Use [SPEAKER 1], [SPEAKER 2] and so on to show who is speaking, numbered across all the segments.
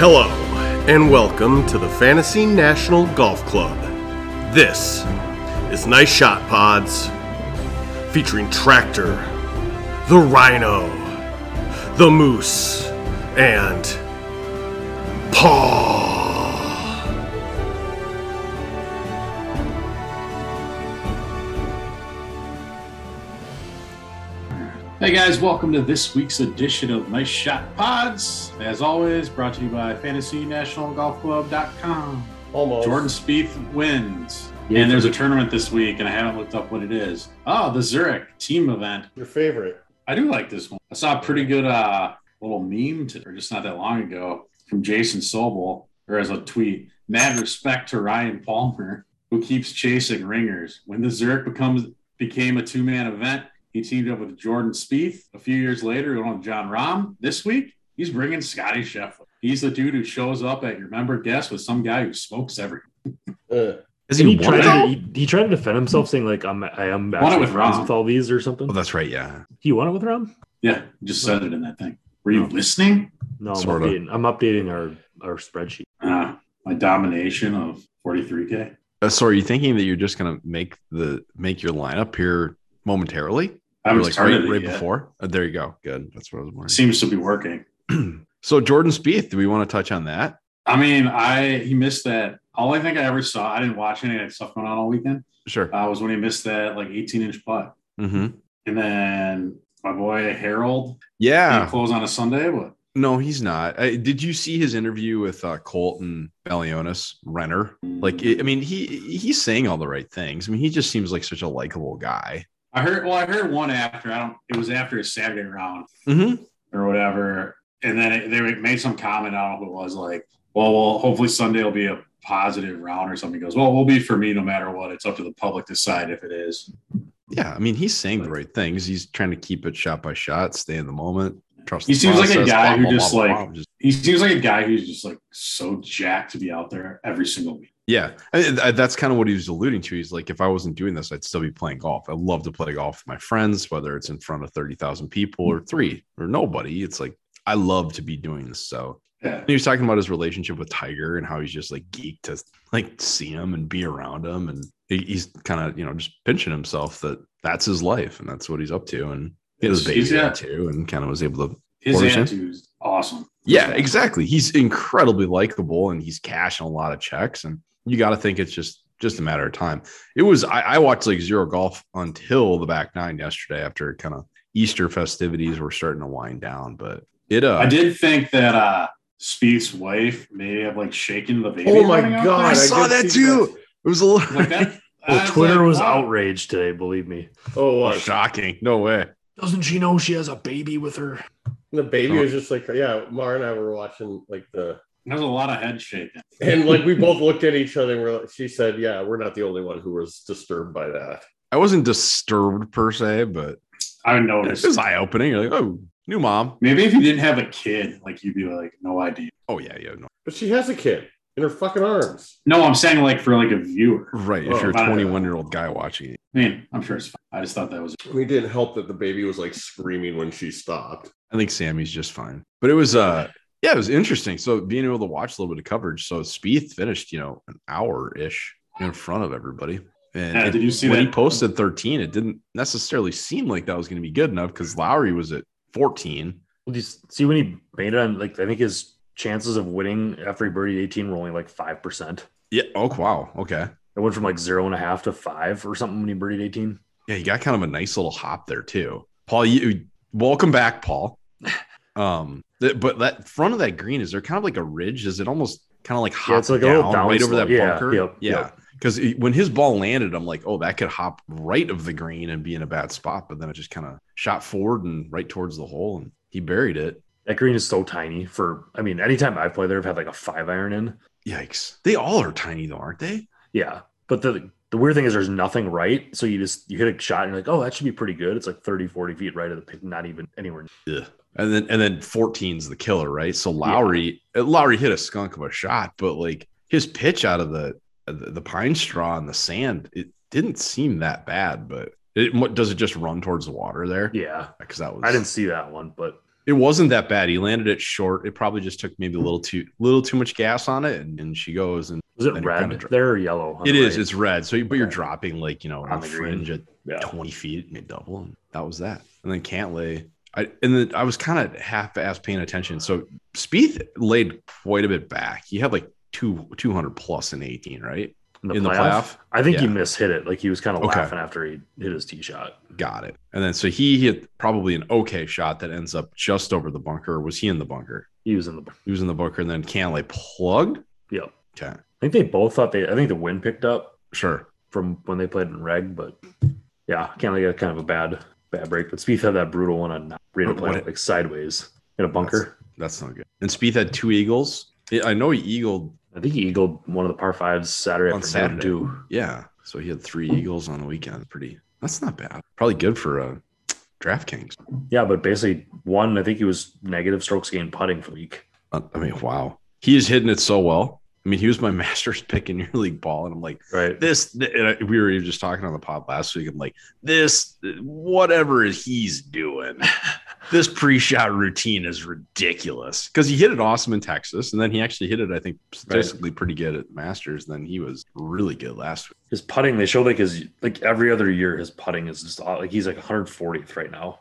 [SPEAKER 1] Hello, and welcome to the Fantasy National Golf Club. This is Nice Shot Pods, featuring Tractor, the Rhino, the Moose, and Paw.
[SPEAKER 2] Hey guys, welcome to this week's edition of Nice Shot Pods. As always, brought to you by FantasyNationalGolfClub.com.
[SPEAKER 1] Almost.
[SPEAKER 2] Jordan Spieth wins. And there's a tournament this week, and I haven't looked up what it is. Oh, the Zurich team event.
[SPEAKER 1] your favorite.
[SPEAKER 2] I do like this one. I saw a pretty good uh, little meme today, or just not that long ago, from Jason Sobel, or as a tweet, mad respect to Ryan Palmer, who keeps chasing ringers. When the Zurich becomes became a two man event, he teamed up with Jordan Spieth. A few years later, he went with John Rahm. This week, he's bringing Scotty Scheffler. He's the dude who shows up at your member guest with some guy who smokes everything.
[SPEAKER 1] Uh,
[SPEAKER 3] Is
[SPEAKER 4] And
[SPEAKER 3] he
[SPEAKER 4] he tried
[SPEAKER 3] won?
[SPEAKER 1] won?
[SPEAKER 4] to, he, he tried to defend himself, saying like I'm I am
[SPEAKER 2] Won it
[SPEAKER 4] actually
[SPEAKER 2] with
[SPEAKER 4] friends
[SPEAKER 2] Rom.
[SPEAKER 4] with all these or something.
[SPEAKER 3] Oh, that's right. Yeah.
[SPEAKER 4] he won it with Rom?
[SPEAKER 2] Yeah, he just said it in that thing. Were you listening?
[SPEAKER 4] No, I'm
[SPEAKER 3] Sorta.
[SPEAKER 4] updating, I'm updating our our spreadsheet.
[SPEAKER 2] Uh, my domination of 43K.
[SPEAKER 3] Uh, so, are you thinking that you're just gonna make the make your lineup here momentarily?
[SPEAKER 2] I
[SPEAKER 3] Or,
[SPEAKER 2] haven't started
[SPEAKER 3] right,
[SPEAKER 2] it
[SPEAKER 3] right
[SPEAKER 2] yet.
[SPEAKER 3] before. Uh, there you go. Good. That's what I was wondering.
[SPEAKER 2] seems to be working.
[SPEAKER 3] so, Jordan Spieth, do we want to touch on that?
[SPEAKER 2] I mean, I he missed that. All I think I ever saw, I didn't watch any of that stuff going on all weekend.
[SPEAKER 3] Sure.
[SPEAKER 2] Uh, was when he missed that like 18 inch putt,
[SPEAKER 3] Mm-hmm.
[SPEAKER 2] and then my boy Harold he
[SPEAKER 3] Yeah.
[SPEAKER 2] closed on a Sunday. But
[SPEAKER 3] No, he's not. I, did you see his interview with uh, Colton Bellionis Renner? Like, I I mean, he he's saying all the right things. I mean, he just seems like such a likable guy.
[SPEAKER 2] I heard, well, I heard one after. I don't. It was after a Saturday round
[SPEAKER 3] Mm-hmm.
[SPEAKER 2] or whatever, and then it, they made some comment. I don't know who it was. Like, well, well, hopefully Sunday will be a positive round or something. He goes, well, it will be for me no matter what. It's up to the public to decide if it is.
[SPEAKER 3] Yeah. I mean, he's saying the right things. He's trying to keep it shot by shot, stay in the moment. Trust.
[SPEAKER 2] He
[SPEAKER 3] the
[SPEAKER 2] seems like a
[SPEAKER 3] process,
[SPEAKER 2] guy
[SPEAKER 3] blah,
[SPEAKER 2] who
[SPEAKER 3] blah,
[SPEAKER 2] just,
[SPEAKER 3] blah, blah,
[SPEAKER 2] like,
[SPEAKER 3] blah,
[SPEAKER 2] He seems like a guy who's just like so jacked to be out there every single week.
[SPEAKER 3] Yeah, I mean, th- that's kind of what he was alluding to. He's like, if I wasn't doing this, I'd still be playing golf. I love to play golf with my friends, whether it's in front of thirty thousand people or three or nobody. It's like I love to be doing this. So
[SPEAKER 2] Yeah.
[SPEAKER 3] And he was talking about his relationship with Tiger and how he's just like geeked to like see him and be around him, and he- he's kind of you know just pinching himself that that's his life and that's what he's up to, and he has a
[SPEAKER 2] He's- he's-
[SPEAKER 3] baby
[SPEAKER 2] yeah.
[SPEAKER 3] too, and kind of was able to
[SPEAKER 2] His
[SPEAKER 3] Porter's in?
[SPEAKER 2] attitude's awesome.
[SPEAKER 3] yeah, exactly. He's incredibly likable and he's cashing a lot of checks. And you got to think it's just just a matter of time. It was I, I watched like zero golf until the back nine yesterday after kind of Easter festivities were starting to wind down. But it uh
[SPEAKER 2] I did think that uh Speed's wife may have like shaken the baby.
[SPEAKER 1] Oh my
[SPEAKER 2] running out
[SPEAKER 1] God,
[SPEAKER 2] there.
[SPEAKER 3] I
[SPEAKER 1] I
[SPEAKER 3] saw
[SPEAKER 1] did
[SPEAKER 3] that
[SPEAKER 1] see
[SPEAKER 3] too. It was a little
[SPEAKER 2] Like that,
[SPEAKER 4] Well,
[SPEAKER 2] I
[SPEAKER 4] Twitter
[SPEAKER 2] like,
[SPEAKER 4] was
[SPEAKER 2] wow.
[SPEAKER 4] outraged today. Believe me.
[SPEAKER 3] Oh,
[SPEAKER 1] oh, what?
[SPEAKER 3] shocking. No way.
[SPEAKER 4] Doesn't she know she has a baby with her?
[SPEAKER 1] the baby was just like, yeah. Mara and I were watching like the,
[SPEAKER 2] There's a lot of head shaking.
[SPEAKER 1] and like we both looked at each other and we're like, she said, yeah, we're not the only one who was disturbed by that.
[SPEAKER 3] I wasn't disturbed per se, but
[SPEAKER 2] I
[SPEAKER 3] it
[SPEAKER 2] noticed.
[SPEAKER 3] was eye opening. You're like, oh, new mom.
[SPEAKER 2] Maybe if you didn't have a kid, like you'd be like, no idea.
[SPEAKER 3] Oh yeah, yeah. No.
[SPEAKER 1] But she has a kid in her fucking arms.
[SPEAKER 2] No, I'm saying like for like a viewer. I
[SPEAKER 3] Right.
[SPEAKER 1] Oh,
[SPEAKER 3] if you're a
[SPEAKER 2] I-
[SPEAKER 3] 21 year old guy watching it.
[SPEAKER 2] mean, I'm sure it's fine. I just thought that was
[SPEAKER 1] I mean, it didn't help that the baby was like screaming when she stopped.
[SPEAKER 3] I think Sammy's just fine. But it was uh yeah, it was interesting. So being able to watch a little bit of coverage. So Spieth finished, you know, an hour ish in front of everybody. And
[SPEAKER 2] Yeah,
[SPEAKER 3] it-
[SPEAKER 2] did you see
[SPEAKER 3] when
[SPEAKER 2] that?
[SPEAKER 3] he posted 13, it didn't necessarily seem like that was going to be good enough because Lowry was at 14.
[SPEAKER 4] Well, do you see when he made it on like I think his chances of winning after he birdied 18 were only like five percent.
[SPEAKER 3] Yeah. Oh wow. Okay.
[SPEAKER 4] It went from like zero and a half to five or something when he birdied 18.
[SPEAKER 3] Yeah, he got kind of a nice little hop there too. Paul, you welcome back, Paul. Um, th- but that front of that green is there kind of like a ridge? Is it almost kind of like hop
[SPEAKER 4] Yeah, it's like a
[SPEAKER 3] down,
[SPEAKER 4] little down
[SPEAKER 3] right over
[SPEAKER 4] slope.
[SPEAKER 3] that
[SPEAKER 4] Yeah,
[SPEAKER 3] bunker?
[SPEAKER 4] yep,
[SPEAKER 3] yeah.
[SPEAKER 4] yep.
[SPEAKER 3] Because when his ball landed, I'm like, oh, that could hop right of the green and be in a bad spot. But then it just kind of shot forward and right towards the hole, and he buried it.
[SPEAKER 4] That green is so tiny. For I mean, anytime I've played there, I've had like a five iron in.
[SPEAKER 3] Yikes! They all are tiny though, aren't they?
[SPEAKER 4] Yeah. But the the weird thing is there's nothing right. So you just you hit a shot and you're like, oh, that should be pretty good. It's like 30, 40 feet right of the pin, not even anywhere. near-
[SPEAKER 3] Yeah. And then and then 14's the killer, right? So Lowry uh, Lowry hit a skunk of a shot, but like his pitch out of the uh, the the pine straw and the sand, it didn't seem that bad, but it what- does it just run towards the water there?
[SPEAKER 4] Yeah.
[SPEAKER 3] Because that was
[SPEAKER 4] I didn't see that one, but
[SPEAKER 3] It wasn't that bad. He landed it short. It probably just took maybe a little too little too much gas on it, and, and she goes and
[SPEAKER 4] Was it
[SPEAKER 3] Then it
[SPEAKER 4] red
[SPEAKER 3] kinda dro-
[SPEAKER 4] there or yellow? on
[SPEAKER 3] it
[SPEAKER 4] the
[SPEAKER 3] is.
[SPEAKER 4] right?
[SPEAKER 3] It's red. So, you, but you're
[SPEAKER 4] Okay.
[SPEAKER 3] dropping like you know
[SPEAKER 4] On
[SPEAKER 3] on
[SPEAKER 4] the
[SPEAKER 3] the fringe at
[SPEAKER 4] yeah.
[SPEAKER 3] 20 feet mid double, and that was that. And then Cantlay, I and then I was kind of half ass paying attention. So Spieth laid quite a bit back. He had like two 200 plus in 18, right? in the playoff.
[SPEAKER 4] I think he
[SPEAKER 3] Yeah.
[SPEAKER 4] mishit it. Like he was kind of
[SPEAKER 3] Okay.
[SPEAKER 4] laughing after he hit his tee shot.
[SPEAKER 3] Got it. And then so he hit probably an okay shot that ends up just over the bunker. Or was he in the bunker?
[SPEAKER 4] He was in the. I
[SPEAKER 3] He was in the bunker, and then Cantlay plugged.
[SPEAKER 4] Yep.
[SPEAKER 3] Okay.
[SPEAKER 4] think they both thought they. I think the wind picked up
[SPEAKER 3] Sure.
[SPEAKER 4] from when they played in reg, but yeah, kind of got kind of a bad bad break. But Spieth had that brutal one on Rita
[SPEAKER 3] But
[SPEAKER 4] play
[SPEAKER 3] what-
[SPEAKER 4] like sideways in a bunker.
[SPEAKER 3] That's not good. And Spieth had two eagles. Yeah, I know he eagled.
[SPEAKER 4] I think he eagled one of the par fives Saturday
[SPEAKER 3] On
[SPEAKER 4] afternoon
[SPEAKER 3] Saturday.
[SPEAKER 4] too.
[SPEAKER 3] Yeah. So he had three eagles on the weekend. Pretty. That's not bad. Probably good for uh, DraftKings.
[SPEAKER 4] Yeah, but basically one. I think he was negative strokes gained putting for the week.
[SPEAKER 3] Uh, I mean, wow. He is hitting it so well. I mean, he was my master's pick in your league ball, and I'm like.
[SPEAKER 4] Right.
[SPEAKER 3] this th- and I- we were just talking on the pod last week i'm like this whatever he's doing this pre-shot routine is ridiculous because he hit it awesome in texas and then he actually hit it i think statistically pretty good at masters then he was really good last week
[SPEAKER 4] His putting, they showed like his like every other year his putting is just aw- like he's like 140th right now.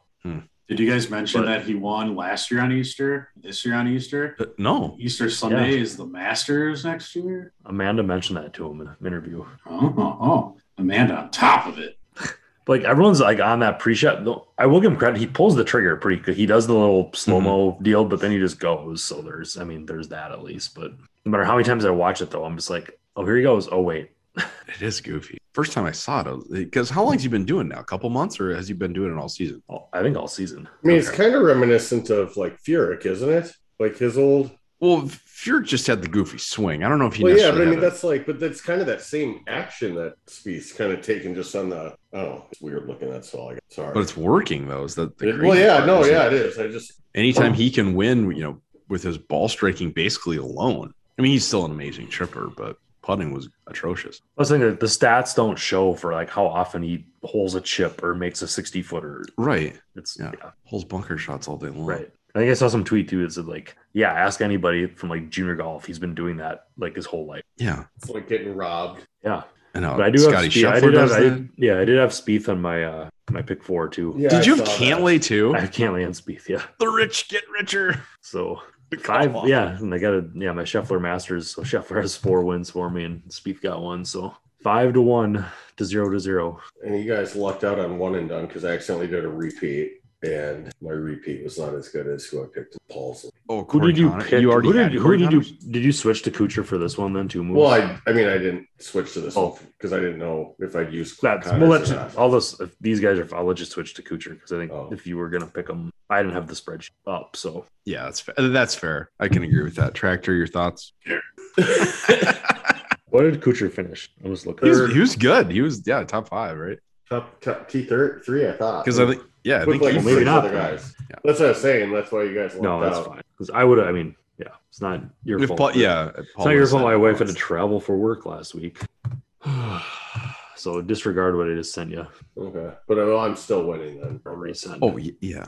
[SPEAKER 2] Did you guys mention
[SPEAKER 4] But-
[SPEAKER 2] that he won last year on Easter? This year on Easter?
[SPEAKER 3] But Uh, no
[SPEAKER 2] Easter Sunday is the Masters next year.
[SPEAKER 4] Amanda mentioned that to him in an interview.
[SPEAKER 2] Oh, oh, oh. Amanda on top of it.
[SPEAKER 4] But, like everyone's like on that pre-shot. Though, I will give him credit; he pulls the trigger pretty good. He does the little slow mo
[SPEAKER 5] Mm-hmm.
[SPEAKER 4] deal, but then he just goes. So there's, I mean, there's that at least. But no matter how many times I watch it, though, I'm just like, oh, here he goes. Oh wait,
[SPEAKER 3] it is goofy first time i saw it because how long has he been doing now a couple months or has he been doing it all season
[SPEAKER 4] Oh, I think all season.
[SPEAKER 5] I mean, it's kind of reminiscent of like Furyk, isn't it? Like his old.
[SPEAKER 3] well Furyk just had the goofy swing i don't know if he
[SPEAKER 5] Well, yeah, but I
[SPEAKER 3] necessarily
[SPEAKER 5] mean,
[SPEAKER 3] had a-
[SPEAKER 5] that's like, but that's kind of that same action that Spieth's kind of taken just on the. Oh, it's weird looking. That's all I got. Sorry.
[SPEAKER 3] but it's working though is that the
[SPEAKER 5] It- well,
[SPEAKER 3] crazy
[SPEAKER 5] yeah,
[SPEAKER 3] part,
[SPEAKER 5] no,
[SPEAKER 3] is it?
[SPEAKER 5] yeah, it is. I just
[SPEAKER 3] anytime he can win, you know, with his ball striking basically alone. I mean, he's still an amazing tripper, but putting was atrocious.
[SPEAKER 4] I was thinking that the stats don't show for like how often he holes a chip or makes a 60 footer.
[SPEAKER 3] Right.
[SPEAKER 4] It's
[SPEAKER 3] Yeah.
[SPEAKER 4] yeah,
[SPEAKER 3] Pulls bunker shots all day long.
[SPEAKER 4] right. I think I saw some tweet too that said like, yeah, ask anybody from like junior golf. He's been doing that like his whole life.
[SPEAKER 3] Yeah.
[SPEAKER 5] it's like getting robbed.
[SPEAKER 4] Yeah,
[SPEAKER 3] I know.
[SPEAKER 4] but I do
[SPEAKER 3] Uh, Scotty
[SPEAKER 4] have Spieth. I
[SPEAKER 3] Scheffler
[SPEAKER 4] did have,
[SPEAKER 3] does
[SPEAKER 4] I,
[SPEAKER 3] that.
[SPEAKER 4] yeah, I did have Spieth on my uh my pick four too.
[SPEAKER 5] Yeah,
[SPEAKER 3] Did
[SPEAKER 5] I
[SPEAKER 3] you have
[SPEAKER 5] saw that.
[SPEAKER 3] Cantlay too?
[SPEAKER 4] I can't land Spieth. Yeah,
[SPEAKER 3] The rich get richer.
[SPEAKER 4] so
[SPEAKER 3] Come
[SPEAKER 4] five.
[SPEAKER 3] on.
[SPEAKER 4] Yeah, and I got a yeah my Scheffler Masters. So Scheffler has four wins for me, and Spieth got one. So five to one to zero to zero.
[SPEAKER 5] And you guys lucked out on one and done because I accidentally did a repeat, and my repeat was not as good as who I picked. Paul's.
[SPEAKER 3] Oh,
[SPEAKER 4] Who
[SPEAKER 3] Corey
[SPEAKER 4] did you
[SPEAKER 3] Connor-
[SPEAKER 4] pick?
[SPEAKER 3] You already
[SPEAKER 4] who did,
[SPEAKER 3] had
[SPEAKER 4] who
[SPEAKER 3] Corey
[SPEAKER 4] did
[SPEAKER 3] Connors?
[SPEAKER 4] you did you switch to Kucher for this one then? Two moves.
[SPEAKER 5] Well, I, I mean, I didn't switch to this
[SPEAKER 4] Oh.
[SPEAKER 5] one because I didn't know if I'd use.
[SPEAKER 4] That's,
[SPEAKER 5] Connors
[SPEAKER 4] we'll
[SPEAKER 5] or
[SPEAKER 4] let you,
[SPEAKER 5] not.
[SPEAKER 4] all those if these guys are. I'll let you switch to Kucher because I think
[SPEAKER 5] Oh.
[SPEAKER 4] if you were gonna pick them, I didn't have the spreadsheet up. So
[SPEAKER 3] Yeah, that's fair. That's fair. I can agree with that. Tractor, your thoughts?
[SPEAKER 4] what did Kucher finish? I was looking.
[SPEAKER 3] He was,
[SPEAKER 5] Third.
[SPEAKER 3] he was good. He was yeah, top five, right?
[SPEAKER 5] top, top T thir- three, I thought.
[SPEAKER 3] Because I think yeah, I
[SPEAKER 5] With
[SPEAKER 3] think
[SPEAKER 5] like
[SPEAKER 3] he-
[SPEAKER 4] Well, Uh, maybe
[SPEAKER 5] six
[SPEAKER 4] not.
[SPEAKER 5] other guys.
[SPEAKER 3] Yeah.
[SPEAKER 5] That's what I was saying. That's why you guys lucked
[SPEAKER 4] No, that's
[SPEAKER 5] out.
[SPEAKER 4] fine. Because I would. I mean, yeah, it's not your
[SPEAKER 3] if
[SPEAKER 4] fault.
[SPEAKER 3] Paul, yeah,
[SPEAKER 4] It's
[SPEAKER 3] Paul
[SPEAKER 4] not your
[SPEAKER 3] was
[SPEAKER 4] fault.
[SPEAKER 3] said-
[SPEAKER 4] My wife had to travel for work last week. so disregard what I just sent you.
[SPEAKER 5] Okay, but I- I'm still winning then.
[SPEAKER 4] Or resend.
[SPEAKER 3] Oh y- yeah.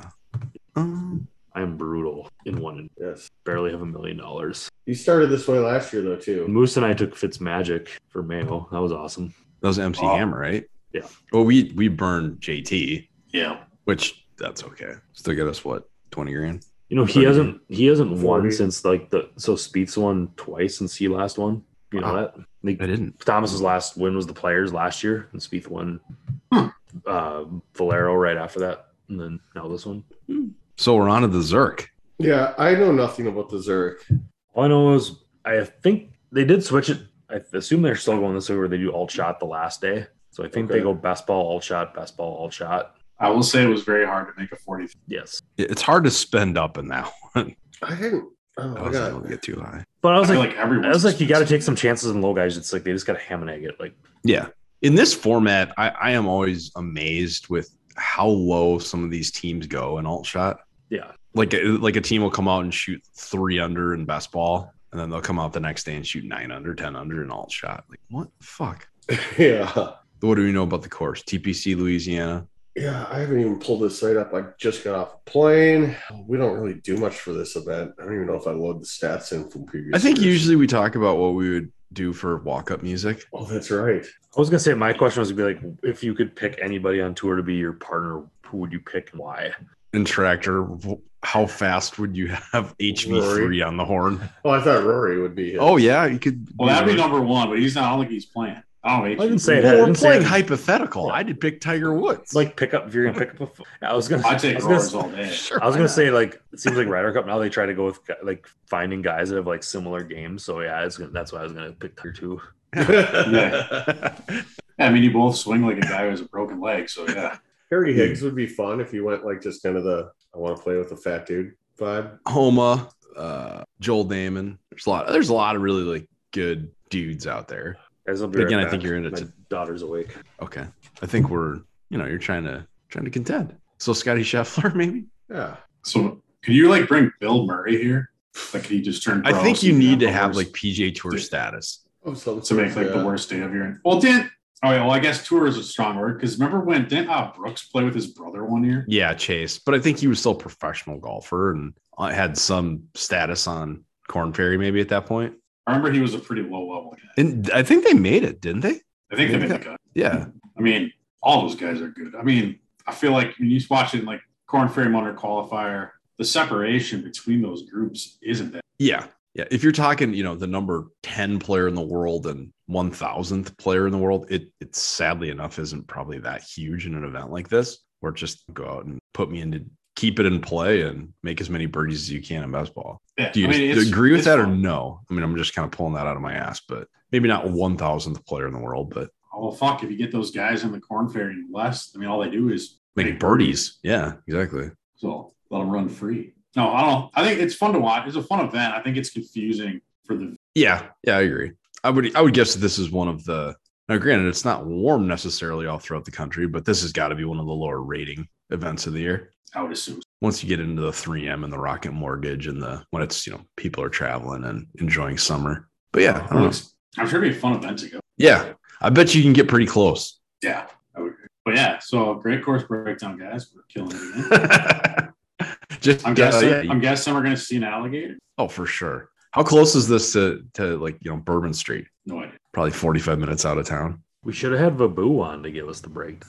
[SPEAKER 3] Um,
[SPEAKER 4] I'm brutal in one and
[SPEAKER 5] Yes,
[SPEAKER 4] barely have a million dollars.
[SPEAKER 5] you started this way last year though too.
[SPEAKER 4] Moose and I took Fitz Magic for Mayo. That was awesome.
[SPEAKER 3] That was MC
[SPEAKER 2] Oh.
[SPEAKER 3] Hammer, right?
[SPEAKER 4] Yeah.
[SPEAKER 3] Well, we we burned JT,
[SPEAKER 2] Yeah.
[SPEAKER 3] which that's okay. Still get us what twenty grand.
[SPEAKER 4] You know, he
[SPEAKER 3] Pretty
[SPEAKER 4] hasn't he hasn't won
[SPEAKER 5] 40.
[SPEAKER 4] since like the so Speed's won twice since he last won. You know
[SPEAKER 3] Wow.
[SPEAKER 4] that? Like,
[SPEAKER 3] I didn't.
[SPEAKER 4] Thomas's last win was the players last year, and Spieth won
[SPEAKER 2] Hmm.
[SPEAKER 4] uh, Valero right after that, and then now this one.
[SPEAKER 3] So we're on to the Zerk.
[SPEAKER 5] Yeah, I know nothing about the Zurich.
[SPEAKER 4] All I know is I think they did switch it. I assume they're still going this way where they do alt shot the last day. So I think they
[SPEAKER 5] Okay.
[SPEAKER 4] go best ball, alt shot, best ball, alt shot.
[SPEAKER 2] I will say it was very hard to make a 40.
[SPEAKER 4] Yes.
[SPEAKER 3] It- It's hard to spend up in that one.
[SPEAKER 5] I hadn't. Oh
[SPEAKER 3] I
[SPEAKER 5] my
[SPEAKER 3] was able to
[SPEAKER 5] god.
[SPEAKER 3] get too high.
[SPEAKER 4] But I
[SPEAKER 2] I
[SPEAKER 4] was
[SPEAKER 2] feel
[SPEAKER 4] like,
[SPEAKER 2] like everyone.
[SPEAKER 4] I was like, you got to take some chances in low guys. It's like they just got to ham and egg it. Like,
[SPEAKER 3] Yeah. In this format, I, I am always amazed with how low some of these teams go in alt shot.
[SPEAKER 4] yeah,
[SPEAKER 3] Like a, like a team will come out and shoot three under in best ball, and then they'll come out the next day and shoot nine under, ten under in alt shot. Like what the fuck?
[SPEAKER 5] yeah.
[SPEAKER 3] What do we know about the course? TPC Louisiana.
[SPEAKER 5] Yeah, I haven't even pulled this site up. I just got off a plane. We don't really do much for this event. I don't even know if I load the stats in from previous.
[SPEAKER 3] I think
[SPEAKER 5] years.
[SPEAKER 3] usually we talk about what we would do for walk up music.
[SPEAKER 5] Oh, that's right.
[SPEAKER 4] I was gonna say my question was gonna be like, if you could pick anybody on tour to be your partner, who would you pick and why?
[SPEAKER 3] And tractor, w- how fast would you have HV3 on the horn?
[SPEAKER 5] Oh, I thought Rory would be. His.
[SPEAKER 3] Oh, yeah, you could.
[SPEAKER 2] Well, that'd be number one, but he's not. I don't think he's playing. Oh,
[SPEAKER 4] I didn't say that.
[SPEAKER 3] Well,
[SPEAKER 4] I
[SPEAKER 3] we're
[SPEAKER 4] didn't say
[SPEAKER 3] playing
[SPEAKER 4] that.
[SPEAKER 3] hypothetical. I did pick Tiger Woods.
[SPEAKER 4] like pick up if you're gonna pick up a phone. I was gonna.
[SPEAKER 2] I
[SPEAKER 4] I
[SPEAKER 2] take
[SPEAKER 4] was gonna
[SPEAKER 2] roars all day.
[SPEAKER 3] Sure,
[SPEAKER 4] I was
[SPEAKER 3] why
[SPEAKER 4] gonna
[SPEAKER 3] not?
[SPEAKER 4] say like it seems like Ryder Cup now they try to go with gu- like finding guys that have like similar games. So yeah, it's gonna, that's why I was gonna pick Tiger two.
[SPEAKER 2] Yeah, I mean, you both swing like a guy who has a broken leg. So yeah,
[SPEAKER 5] Harry Higgs would be fun if you went like just kind of the I want to play with a fat dude vibe.
[SPEAKER 3] Homa, uh, Joel Damon. There's a lot. There's a lot of really like good dudes out there.
[SPEAKER 4] Guys, I'll be
[SPEAKER 3] But
[SPEAKER 4] right
[SPEAKER 3] again, I
[SPEAKER 4] back.
[SPEAKER 3] think you're in it
[SPEAKER 4] My
[SPEAKER 3] to-
[SPEAKER 4] daughter's awake.
[SPEAKER 3] Okay, I think we're you know you're trying to trying to contend. So Scotty Scheffler, maybe.
[SPEAKER 5] Yeah.
[SPEAKER 2] so could you like bring Bill Murray here? Like, could he just turn?
[SPEAKER 3] I
[SPEAKER 2] pro
[SPEAKER 3] think
[SPEAKER 2] so
[SPEAKER 3] you
[SPEAKER 2] can
[SPEAKER 3] need to
[SPEAKER 2] the
[SPEAKER 3] have
[SPEAKER 2] worst-
[SPEAKER 3] like PGA Tour status.
[SPEAKER 5] Oh, so
[SPEAKER 2] to make like the worst day of your. Well, didn't. Oh yeah. Well, I guess tour is a strong word because remember when didn't uh, Brooks play with his brother one year?
[SPEAKER 3] Yeah, Chase. But I think he was still a professional golfer and uh, had some status on Corn Ferry maybe at that point.
[SPEAKER 2] I remember he was a pretty low level guy.
[SPEAKER 3] And I think they made it, didn't they?
[SPEAKER 2] I think they
[SPEAKER 3] Yeah.
[SPEAKER 2] made the cut.
[SPEAKER 3] Yeah.
[SPEAKER 2] I mean, all those guys are good. I mean, I feel like when you're watching like Corn Ferry Munter qualifier, the separation between those groups isn't that.
[SPEAKER 3] Yeah. Yeah. If you're talking, you know, the number 10 player in the world and 1000th player in the world, it, it sadly enough isn't probably that huge in an event like this, or just go out and put me into keep it in play and make as many birdies as you can in best ball.
[SPEAKER 2] Yeah,
[SPEAKER 3] Do you
[SPEAKER 2] I mean, it's-
[SPEAKER 3] agree with
[SPEAKER 2] it's
[SPEAKER 3] that or
[SPEAKER 2] fun.
[SPEAKER 3] no? I mean, I'm just kind of pulling that out of my ass, but maybe not 1000th player in the world, but
[SPEAKER 2] Oh, well, fuck! If you get those guys in the Corn Ferry and less, I mean, all they do is
[SPEAKER 3] make birdies. Yeah, exactly.
[SPEAKER 2] So let them run free. No, I don't. I think it's fun to watch. It's a fun event. I think it's confusing for the.
[SPEAKER 3] Yeah. Yeah. I agree. I would, I would guess that this is one of the, now granted, it's not warm necessarily all throughout the country, but this has got to be one of the lower rating events of the year.
[SPEAKER 2] I would assume.
[SPEAKER 3] once you get into the 3M and the Rocket Mortgage and the when it's you know people are traveling and enjoying summer. But yeah, I don't know.
[SPEAKER 2] I'm sure it'd be a fun event to go.
[SPEAKER 3] Yeah, I bet you can get pretty close.
[SPEAKER 2] Yeah, I would agree. But yeah, so great course breakdown, guys. We're killing it again.
[SPEAKER 3] Just
[SPEAKER 2] I'm
[SPEAKER 3] uh,
[SPEAKER 2] guessing.
[SPEAKER 3] yeah,
[SPEAKER 2] I'm guessing we're gonna see an alligator.
[SPEAKER 3] oh for sure. How close is this to to like you know Bourbon Street?
[SPEAKER 2] No idea.
[SPEAKER 3] Probably 45 minutes out of town.
[SPEAKER 4] We should have had Vabu on to give us the break.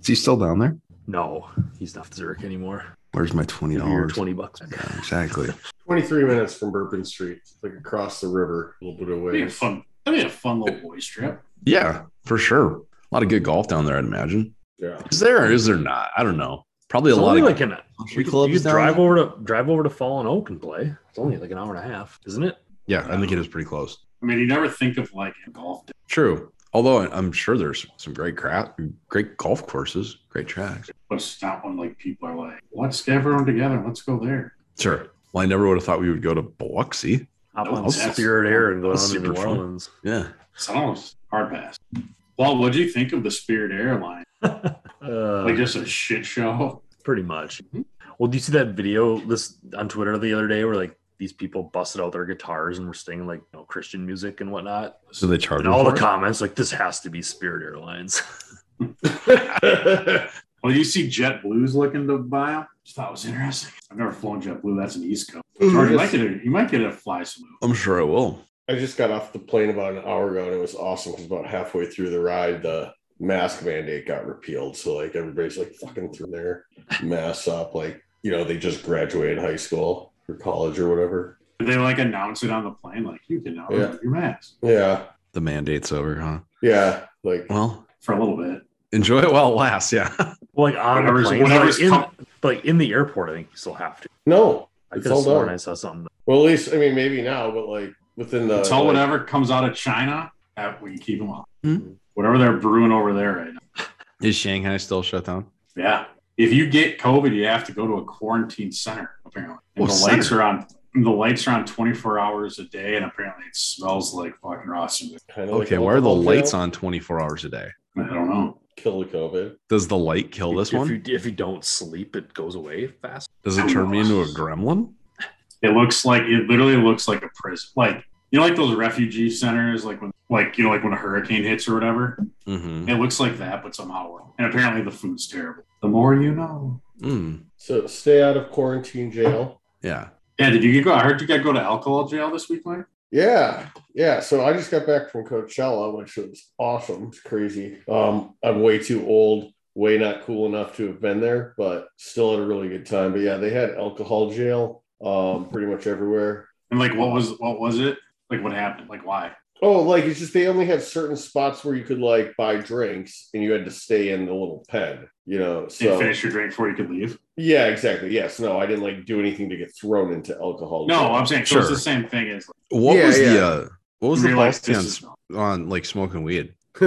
[SPEAKER 3] Is he still down there?
[SPEAKER 4] No, he's not Zurich anymore.
[SPEAKER 3] Where's my twenty
[SPEAKER 4] Give me your
[SPEAKER 3] dollars?
[SPEAKER 4] twenty bucks. back.
[SPEAKER 3] Yeah, exactly.
[SPEAKER 5] 23 minutes from Bourbon Street, It's like across the river, a little bit away.
[SPEAKER 2] That'd be a fun. That'd be a fun little boys trip.
[SPEAKER 3] Yeah, for sure. A lot of good golf down there, I'd imagine.
[SPEAKER 5] Yeah.
[SPEAKER 3] Is there or is there not? I don't know. Probably a
[SPEAKER 4] It's
[SPEAKER 3] lot
[SPEAKER 4] only
[SPEAKER 3] of
[SPEAKER 4] like an.
[SPEAKER 3] country
[SPEAKER 4] We could,
[SPEAKER 3] clubs
[SPEAKER 4] you could
[SPEAKER 3] down
[SPEAKER 4] drive
[SPEAKER 3] there.
[SPEAKER 4] over to drive over to Fallen Oak and play. It's only like an hour and a half, isn't it?
[SPEAKER 3] Yeah, I think it is pretty close.
[SPEAKER 2] I mean, you never think of like a golf day.
[SPEAKER 3] True. Although I- I'm sure there's some great crap, great golf courses, great tracks.
[SPEAKER 2] but it's not when like people are like, let's get everyone together. Let's go there.
[SPEAKER 3] Sure. Well, I never would have thought we would go to Biloxi.
[SPEAKER 4] Hop
[SPEAKER 2] No,
[SPEAKER 4] on
[SPEAKER 2] that's-
[SPEAKER 4] Spirit Air and go down
[SPEAKER 3] that's
[SPEAKER 4] to New
[SPEAKER 3] super fun.
[SPEAKER 4] Orleans.
[SPEAKER 3] Yeah.
[SPEAKER 2] Sounds hard pass. Well, what do you think of the Spirit Airline?
[SPEAKER 4] Uh,
[SPEAKER 2] Like just Mm-hmm. a shit show.
[SPEAKER 4] pretty much. Well, do you see that video this on Twitter the other day where like these people busted out their guitars and were singing like you know, Christian music and whatnot?
[SPEAKER 3] So they charge
[SPEAKER 4] And
[SPEAKER 3] you
[SPEAKER 4] all the
[SPEAKER 3] for it?
[SPEAKER 4] comments like this has to be Spirit Airlines.
[SPEAKER 2] Well, you see Jet Blues looking to buy them. Just thought it was interesting. I've never flown Jet Blue. That's an East Coast. Or you might get a, you might get a fly smooth.
[SPEAKER 3] I'm sure I will.
[SPEAKER 5] I just got off the plane about an hour ago and it was awesome because about halfway through the ride, the mask mandate got repealed. So, like, everybody's like fucking threw their masks up. Like, you know, they just graduated high school or college or whatever.
[SPEAKER 2] They like announce it on the plane, like you can now remove your mask
[SPEAKER 5] Yeah.
[SPEAKER 3] The mandate's over, huh?
[SPEAKER 5] Yeah. Like,
[SPEAKER 3] Well,
[SPEAKER 2] for a little bit.
[SPEAKER 3] enjoy it while it lasts. Yeah.
[SPEAKER 4] well, like on the
[SPEAKER 2] Whatever's-
[SPEAKER 4] plane,
[SPEAKER 2] whatever's
[SPEAKER 4] like, in,
[SPEAKER 2] com-
[SPEAKER 4] like in the airport, I think you still have to.
[SPEAKER 5] no.
[SPEAKER 4] I
[SPEAKER 5] It's
[SPEAKER 4] could have
[SPEAKER 5] all
[SPEAKER 4] sworn
[SPEAKER 5] done.
[SPEAKER 4] I saw something.
[SPEAKER 5] Well, at least, I mean, maybe now, but like within the.
[SPEAKER 2] Until
[SPEAKER 5] like,
[SPEAKER 2] whatever comes out of China, that we can keep them up.
[SPEAKER 3] Hmm.
[SPEAKER 2] Whatever they're brewing over there right now.
[SPEAKER 3] Is Shanghai still shut down?
[SPEAKER 2] Yeah. If you get COVID, you have to go to a quarantine center, apparently. And
[SPEAKER 3] Oh,
[SPEAKER 2] the lights
[SPEAKER 3] center.
[SPEAKER 2] are on the lights are on 24 hours a day, and apparently it smells like fucking raw cement.
[SPEAKER 5] kinda like
[SPEAKER 3] Okay. Why are the
[SPEAKER 5] alcohol
[SPEAKER 3] lights
[SPEAKER 5] sale,
[SPEAKER 3] on 24 hours a day?
[SPEAKER 2] I don't know.
[SPEAKER 5] Kill the COVID.
[SPEAKER 3] Does the light kill Oh, this
[SPEAKER 4] if You,
[SPEAKER 3] one?
[SPEAKER 4] if you don't sleep, it goes away fast.
[SPEAKER 3] Does it turn me into a gremlin?
[SPEAKER 2] It looks like it literally looks like a prison. Like you know, like those refugee centers, like when like you know, like when a hurricane hits or whatever.
[SPEAKER 3] Mm-hmm.
[SPEAKER 2] It looks like that, but somehow. worse. And apparently the food's terrible. The more you know.
[SPEAKER 3] Mm,
[SPEAKER 5] So stay out of quarantine jail.
[SPEAKER 3] yeah.
[SPEAKER 2] Yeah, did you go? I heard you got to go to alcohol jail this week, Mike.
[SPEAKER 5] Yeah, yeah. So I just got back from Coachella, which was awesome. It's crazy. Um, I'm way too old, way not cool enough to have been there, but still had a really good time. But yeah, they had alcohol jail um, pretty much everywhere.
[SPEAKER 2] And like, what was what was it? Like, what happened? Like, why?
[SPEAKER 5] Oh, like it's just they only had certain spots where you could like buy drinks, and you had to stay in the little pen, you know.
[SPEAKER 2] Did you
[SPEAKER 5] So
[SPEAKER 2] finish your drink before you could leave?
[SPEAKER 5] yeah, exactly. Yes, no, I didn't like do anything to get thrown into alcohol.
[SPEAKER 2] No,
[SPEAKER 5] jail.
[SPEAKER 2] I'm saying so it's
[SPEAKER 3] Sure.
[SPEAKER 2] the same thing as like,
[SPEAKER 3] What
[SPEAKER 5] Yeah,
[SPEAKER 3] was
[SPEAKER 5] yeah.
[SPEAKER 3] the uh, what was
[SPEAKER 2] you
[SPEAKER 3] the
[SPEAKER 2] realize
[SPEAKER 3] policy
[SPEAKER 2] this
[SPEAKER 3] on,
[SPEAKER 2] is not-
[SPEAKER 3] on like smoking weed?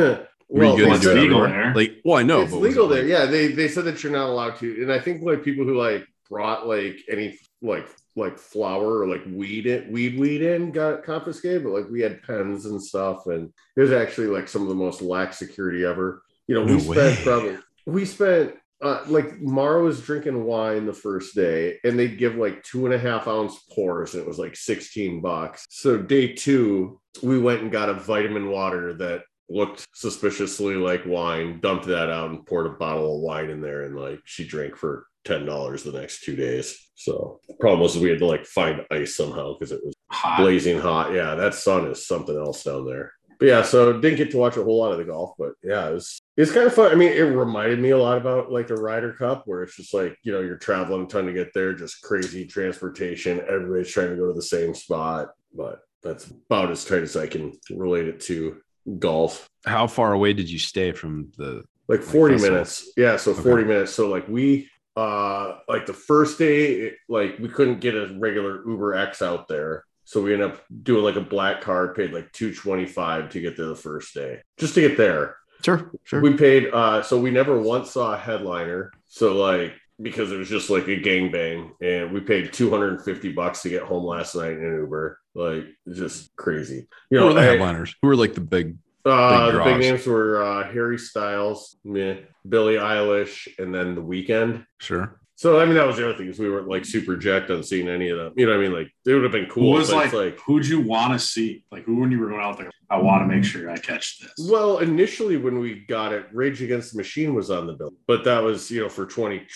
[SPEAKER 5] well,
[SPEAKER 3] good to
[SPEAKER 2] it's
[SPEAKER 3] do it
[SPEAKER 2] legal
[SPEAKER 3] everywhere?
[SPEAKER 2] there.
[SPEAKER 3] Like, well, I know
[SPEAKER 5] it's
[SPEAKER 3] but was
[SPEAKER 5] legal
[SPEAKER 3] it,
[SPEAKER 5] there.
[SPEAKER 3] like-
[SPEAKER 5] Yeah, they they said that you're not allowed to. And I think like people who like brought like any like like flour or like weed it weed weed in got confiscated, but like we had pens and stuff, and it was actually like some of the most lax security ever. You know, we
[SPEAKER 3] No
[SPEAKER 5] spent
[SPEAKER 3] way.
[SPEAKER 5] probably we spent uh, like Mara was drinking wine the first day, and they'd give like two and a half ounce pours, and it was like 16 bucks. So, day two, we went and got a vitamin water that looked suspiciously like wine, dumped that out, and poured a bottle of wine in there. And like she drank for $10 the next two days. So, problem was we had to like find ice somehow because it was
[SPEAKER 2] Hot.
[SPEAKER 5] blazing hot. Yeah, that sun is something else down there. But yeah, so didn't get to watch a whole lot of the golf, but yeah, it was it's kind of fun. I mean, it reminded me a lot about like the Ryder Cup, where it's just like you know you're traveling a ton to get there, just crazy transportation. Everybody's trying to go to the same spot, but that's about as tight as I can relate it to golf.
[SPEAKER 3] How far away did you stay from the?
[SPEAKER 5] Like
[SPEAKER 3] Like
[SPEAKER 5] forty
[SPEAKER 3] Thistle.
[SPEAKER 5] minutes, yeah. So
[SPEAKER 3] Okay.
[SPEAKER 5] forty minutes. So like we uh like the first day it, like we couldn't get a regular uber x out there so we ended up doing like a black card paid like 225 to get there the first day just to get there
[SPEAKER 3] Sure, sure.
[SPEAKER 5] we paid uh so we never once saw a headliner so like because it was just like a gangbang and we paid 250 bucks to get home last night in an uber like just crazy you
[SPEAKER 3] Who were the
[SPEAKER 5] I-
[SPEAKER 3] headliners? Who were like the big?
[SPEAKER 5] uh,
[SPEAKER 3] Big
[SPEAKER 5] the big
[SPEAKER 3] draws.
[SPEAKER 5] names were uh, Harry Styles, meh, Billie Eilish, and then The Weeknd.
[SPEAKER 3] Sure.
[SPEAKER 5] So I mean, that was the other thing is we weren't like super jacked on seeing any of them. You know what I mean? Like it would have been
[SPEAKER 2] Who
[SPEAKER 5] cool.
[SPEAKER 2] was
[SPEAKER 5] but
[SPEAKER 2] like,
[SPEAKER 5] it's like
[SPEAKER 2] who'd you want to see? Like, who when you were going out there? I want to make sure I catch this.
[SPEAKER 5] well, initially when we got it, Rage Against the Machine was on the bill, but that was you know for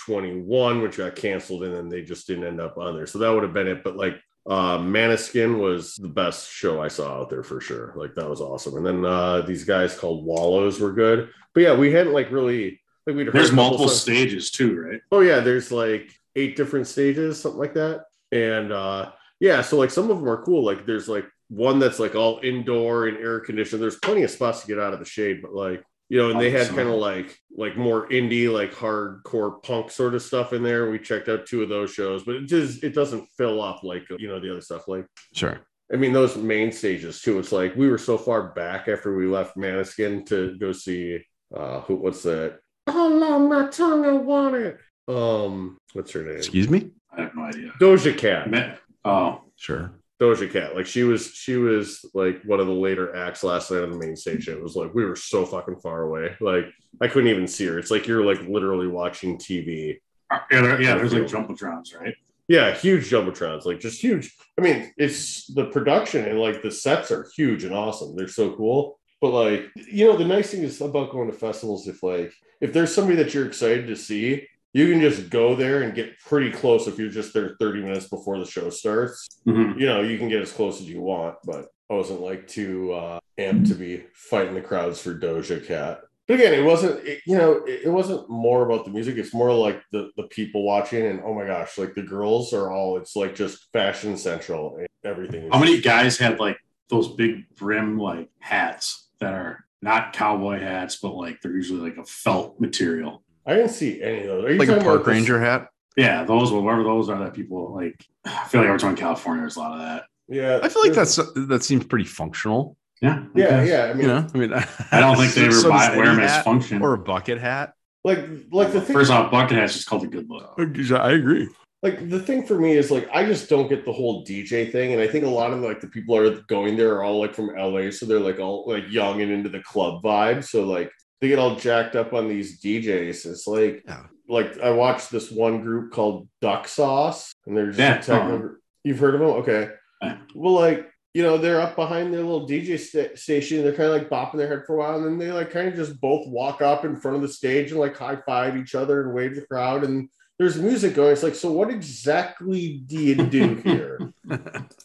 [SPEAKER 5] 2021, which got canceled, and then they just didn't end up on there. So that would have been it. But like uh Maniskin was the best show I saw out there for sure. Like that was awesome. And then uh these guys called Wallows were good. But yeah, we hadn't like really like we'd heard a
[SPEAKER 2] There's
[SPEAKER 5] couple
[SPEAKER 2] multiple
[SPEAKER 5] songs.
[SPEAKER 2] stages too, right?
[SPEAKER 5] Oh yeah, there's like eight different stages, something like that. And uh yeah, so like some of them are cool. Like there's like one that's like all indoor and air conditioned. There's plenty of spots to get out of the shade, but like you know, and they had
[SPEAKER 2] Awesome.
[SPEAKER 5] kind of like like more indie, like hardcore punk sort of stuff in there. We checked out two of those shows, but it just it doesn't fill up like you know the other stuff. Like
[SPEAKER 3] Sure.
[SPEAKER 5] I mean, those main stages too. It's like we were so far back after we left Maniskin to go see uh who what's that? Oh on my tongue, I want it. Um, what's her name?
[SPEAKER 3] Excuse me.
[SPEAKER 2] I have no idea.
[SPEAKER 5] Doja Cat.
[SPEAKER 2] Ma- Oh,
[SPEAKER 3] Sure.
[SPEAKER 5] Doja Cat. Like she was she was like one of the later acts last night on the main stage. It was like we were so fucking far away. Like I couldn't even see her. It's like you're like literally watching TV.
[SPEAKER 2] yeah, there- yeah. There's like jumbotrons, right?
[SPEAKER 5] Yeah, huge jumbotrons, like just huge. I mean, it's the production and like the sets are huge and awesome. They're so cool. But like, you know, the nice thing is about going to festivals, if like if there's somebody that you're excited to see, you can just go there and get pretty close if you're just there 30 minutes before the show starts.
[SPEAKER 3] Mm-hmm.
[SPEAKER 2] Mhm.
[SPEAKER 5] You know, you can get as close as you want, but I wasn't like too uh amped to be fighting the crowds for Doja Cat. But again, it wasn't it, you know it, it wasn't more about the music. It's more like the the people watching and oh my gosh, like the girls are all it's like just fashion central and everything. is
[SPEAKER 2] How many
[SPEAKER 5] just-
[SPEAKER 2] guys had like those big brim like hats that are not cowboy hats, but like they're usually like a felt material?
[SPEAKER 5] I didn't see any of those. Are you
[SPEAKER 3] Like a
[SPEAKER 5] talking about
[SPEAKER 3] park
[SPEAKER 5] this-
[SPEAKER 3] ranger hat.
[SPEAKER 2] Yeah, those whatever those are that people like. I feel like every time in California, there's a lot of that.
[SPEAKER 5] Yeah,
[SPEAKER 3] I feel like
[SPEAKER 5] there's-
[SPEAKER 3] that's that seems pretty functional.
[SPEAKER 2] Yeah, I
[SPEAKER 5] yeah,
[SPEAKER 2] guess.
[SPEAKER 5] yeah. I mean,
[SPEAKER 3] You know, I mean,
[SPEAKER 2] I don't think they ever
[SPEAKER 3] so does
[SPEAKER 2] buy, wear them
[SPEAKER 3] any
[SPEAKER 2] as
[SPEAKER 3] hat
[SPEAKER 2] function.
[SPEAKER 3] or a bucket hat.
[SPEAKER 5] like like the thing
[SPEAKER 2] First off, bucket hat's just called a good look.
[SPEAKER 3] I agree.
[SPEAKER 5] like the thing for me is like I just don't get the whole DJ thing, and I think a lot of like the people are going there are all like from LA, so they're like all like young and into the club vibe. So like they get all jacked up on these DJs. It's like
[SPEAKER 3] Yeah.
[SPEAKER 5] like I watched this one group called Duck Sauce, and they're just
[SPEAKER 2] Yeah, uh-huh.
[SPEAKER 5] techno- You've heard of them, okay?
[SPEAKER 2] Yeah.
[SPEAKER 5] Well, like you know, they're up behind their little DJ sta- station. They're kind of like bopping their head for a while, and then they like kind of just both walk up in front of the stage and like high five each other and wave to the crowd. And there's music going. It's like, so what exactly do you do here?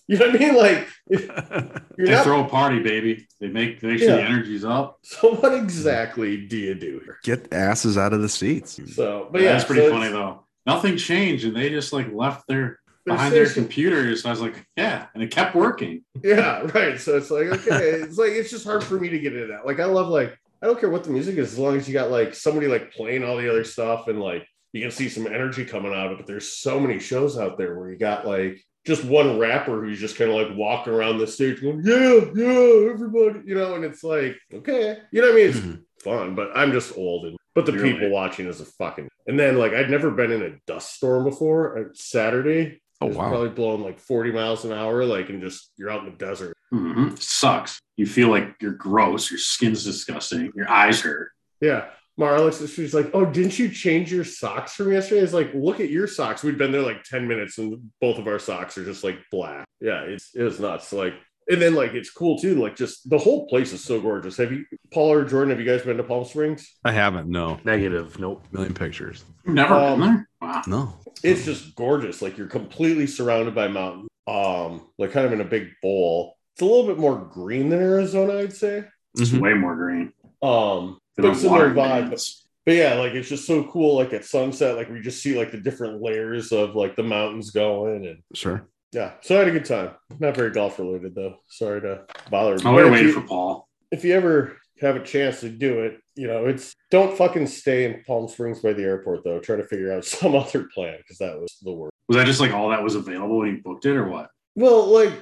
[SPEAKER 5] you know what I mean? Like, if you're
[SPEAKER 2] They
[SPEAKER 5] not,
[SPEAKER 2] throw a party, baby. They make they make sure the
[SPEAKER 5] Yeah.
[SPEAKER 2] energy's up.
[SPEAKER 5] so what exactly do you do here?
[SPEAKER 6] Get asses out of the seats.
[SPEAKER 5] So, but
[SPEAKER 2] But
[SPEAKER 5] yeah,
[SPEAKER 2] that's pretty
[SPEAKER 5] so
[SPEAKER 2] funny
[SPEAKER 5] it's-
[SPEAKER 2] though. Nothing changed, and they just like left their
[SPEAKER 5] there's
[SPEAKER 2] behind their
[SPEAKER 5] seriously-
[SPEAKER 2] computers. I was like, yeah, and it kept working.
[SPEAKER 5] Yeah, right. So it's like, okay, it's like it's just hard for me to get into that. Like I love like I don't care what the music is, as long as you got like somebody like playing all the other stuff and like you can see some energy coming out of it. But there's so many shows out there where you got like just one rapper who's just kind of like walking around the stage going, Yeah, yeah, everybody, you know, and it's like, okay, you know what I mean? It's fun, but I'm just old and but the
[SPEAKER 2] You're
[SPEAKER 5] people
[SPEAKER 2] right.
[SPEAKER 5] watching is a fucking and then like I'd never been in a dust storm before uh, Saturday.
[SPEAKER 3] Oh,
[SPEAKER 5] It was
[SPEAKER 3] wow.
[SPEAKER 5] Probably blowing like 40 miles an hour, like and just you're out in the desert.
[SPEAKER 2] Mhm. Sucks. You feel like you're gross. Your skin's disgusting. Your eyes hurt.
[SPEAKER 5] Yeah. Mara looks at she's like, Oh, didn't you change your socks from yesterday? It's like, look at your socks. We'd been there like 10 minutes and both of our socks are just like black. Yeah, it's it was nuts. Like, and then like it's cool too. Like just the whole place is so gorgeous. Have you Paul or Jordan, have you guys been to Palm Springs?
[SPEAKER 3] I haven't. No,
[SPEAKER 4] Negative. Nope.
[SPEAKER 3] million pictures.
[SPEAKER 2] You've never
[SPEAKER 5] Um,
[SPEAKER 2] been there. Wow.
[SPEAKER 3] No.
[SPEAKER 5] It's just gorgeous. Like you're completely surrounded by mountains. Um, like kind of in a big bowl. It's a little bit more green than Arizona, I'd say.
[SPEAKER 2] It's
[SPEAKER 3] Mhm.
[SPEAKER 2] way more green.
[SPEAKER 5] Um,
[SPEAKER 2] They don't
[SPEAKER 5] but similar
[SPEAKER 2] water
[SPEAKER 5] vibe.
[SPEAKER 2] plants.
[SPEAKER 5] But yeah, like it's just so cool. Like at sunset, like we just see like the different layers of like the mountains going, and
[SPEAKER 3] Sure.
[SPEAKER 5] yeah. So I had a good time. Not very golf related though. Sorry to bother.
[SPEAKER 2] Oh, we
[SPEAKER 5] But
[SPEAKER 2] were
[SPEAKER 5] if
[SPEAKER 2] waiting
[SPEAKER 5] you-
[SPEAKER 2] for Paul.
[SPEAKER 5] if you ever have a chance to do it, you know, it's don't fucking stay in Palm Springs by the airport though. Try to figure out some other plan because that was the worst.
[SPEAKER 2] Was that just like all that was available when you booked it, or what?
[SPEAKER 5] Well, like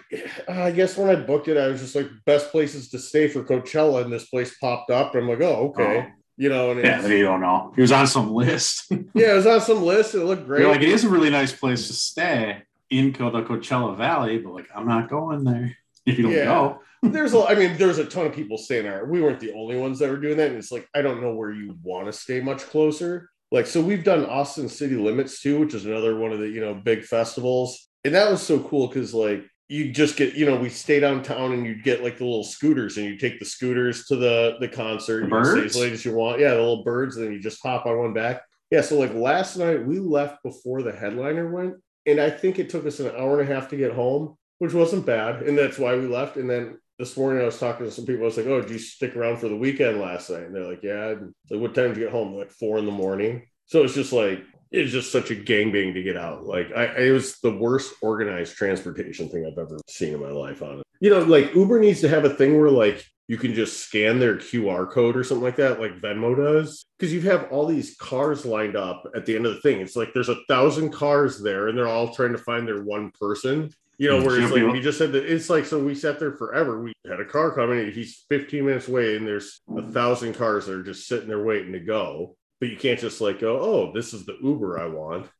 [SPEAKER 5] I guess when I booked it, I was just like best places to stay for Coachella, and this place popped up, and I'm like, oh okay,
[SPEAKER 2] Oh.
[SPEAKER 5] you know, and
[SPEAKER 2] Yeah,
[SPEAKER 5] it's-
[SPEAKER 2] that you don't know. He was on some list.
[SPEAKER 5] yeah, it was on some list. and It looked great.
[SPEAKER 2] You're like, it is a really nice place to stay in Co- the Coachella Valley, but like, I'm not going there if you don't
[SPEAKER 5] Yeah.
[SPEAKER 2] go.
[SPEAKER 5] there's a, I mean, there's a ton of people staying there. We weren't the only ones that were doing that. And it's like, I don't know where you want to stay much closer. Like, so we've done Austin City Limits too, which is another one of the, you know, big festivals. And that was so cool because, like, you just get, you know, we stay downtown and you'd get like the little scooters and you take the scooters to the the concert. You can stay
[SPEAKER 2] Birds?
[SPEAKER 5] as late as you want. Yeah, the little birds. And then you just hop on one back. Yeah. So, like, last night we left before the headliner went and I think it took us an hour and a half to get home, which wasn't bad, and that's why we left. And then this morning I was talking to some people. I was like, "Oh, did you stick around for the weekend last night?" And they're like, "Yeah." And it's like, what time did you get home? Like four in the morning. So it's just like it's just such a gangbang to get out. Like I, I- it was the worst organized transportation thing I've ever seen in my life. On it, you know, like Uber needs to have a thing where like you can just scan their QR code or something like that, like Venmo does, because you have all these cars lined up at the end of the thing. It's like there's a thousand cars there, and they're all trying to find their one person. You
[SPEAKER 2] Mm,
[SPEAKER 5] know, where it's like we just had the. It's like so we sat there forever. We had a car coming. and He's 15 minutes away, and there's a thousand cars that are just sitting there waiting to go. But you can't just like go, oh, this is the Uber I want.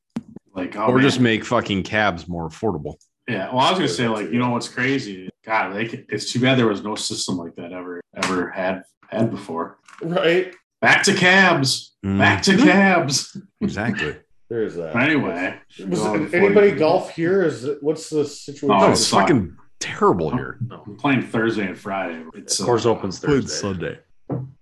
[SPEAKER 2] Like, oh,
[SPEAKER 3] Or
[SPEAKER 2] man.
[SPEAKER 3] just make fucking cabs more affordable.
[SPEAKER 2] yeah. Well, I was gonna say, like, you know what's crazy? God, they can, it's too bad there was no system like that ever ever had had before.
[SPEAKER 5] Right?
[SPEAKER 2] Back to cabs. Back to cabs.
[SPEAKER 3] Exactly.
[SPEAKER 5] There's that.
[SPEAKER 2] But anyway, Oh,
[SPEAKER 5] Was
[SPEAKER 2] going
[SPEAKER 5] it-
[SPEAKER 2] before
[SPEAKER 5] anybody
[SPEAKER 2] you-
[SPEAKER 5] golf here? Is it, what's the situation?
[SPEAKER 2] Oh,
[SPEAKER 3] Oh,
[SPEAKER 2] it's
[SPEAKER 3] it's fucking terrible here.
[SPEAKER 4] No.
[SPEAKER 2] I'm playing Thursday and Friday. It's
[SPEAKER 4] Of course,
[SPEAKER 2] uh,
[SPEAKER 4] opens
[SPEAKER 3] Good
[SPEAKER 4] Thursday.
[SPEAKER 3] Sunday.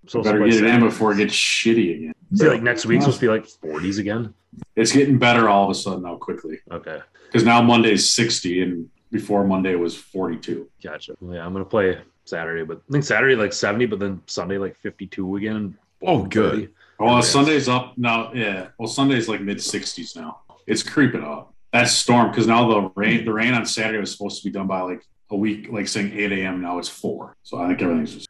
[SPEAKER 4] So
[SPEAKER 2] better
[SPEAKER 4] it's
[SPEAKER 2] get it in
[SPEAKER 4] Saturday.
[SPEAKER 2] before it gets shitty again.
[SPEAKER 4] See, like next week's supposed to be like 40s again.
[SPEAKER 2] It's getting better all of a sudden now quickly
[SPEAKER 4] Okay,
[SPEAKER 2] because now Monday's 60 and before Monday was 42.
[SPEAKER 4] gotcha. Yeah, I'm gonna play Saturday, but I think Saturday like 70, but then Sunday like 52 again.
[SPEAKER 3] Oh, good.
[SPEAKER 4] 30.
[SPEAKER 2] Well,
[SPEAKER 4] Yeah.
[SPEAKER 2] Sunday's up now. Yeah. Well, Sunday's like mid 60s now. It's creeping up. That's storm because now the rain, the rain on Saturday was supposed to be done by like a week, like saying 8 a.m. Now it's 4. So I think everything's just,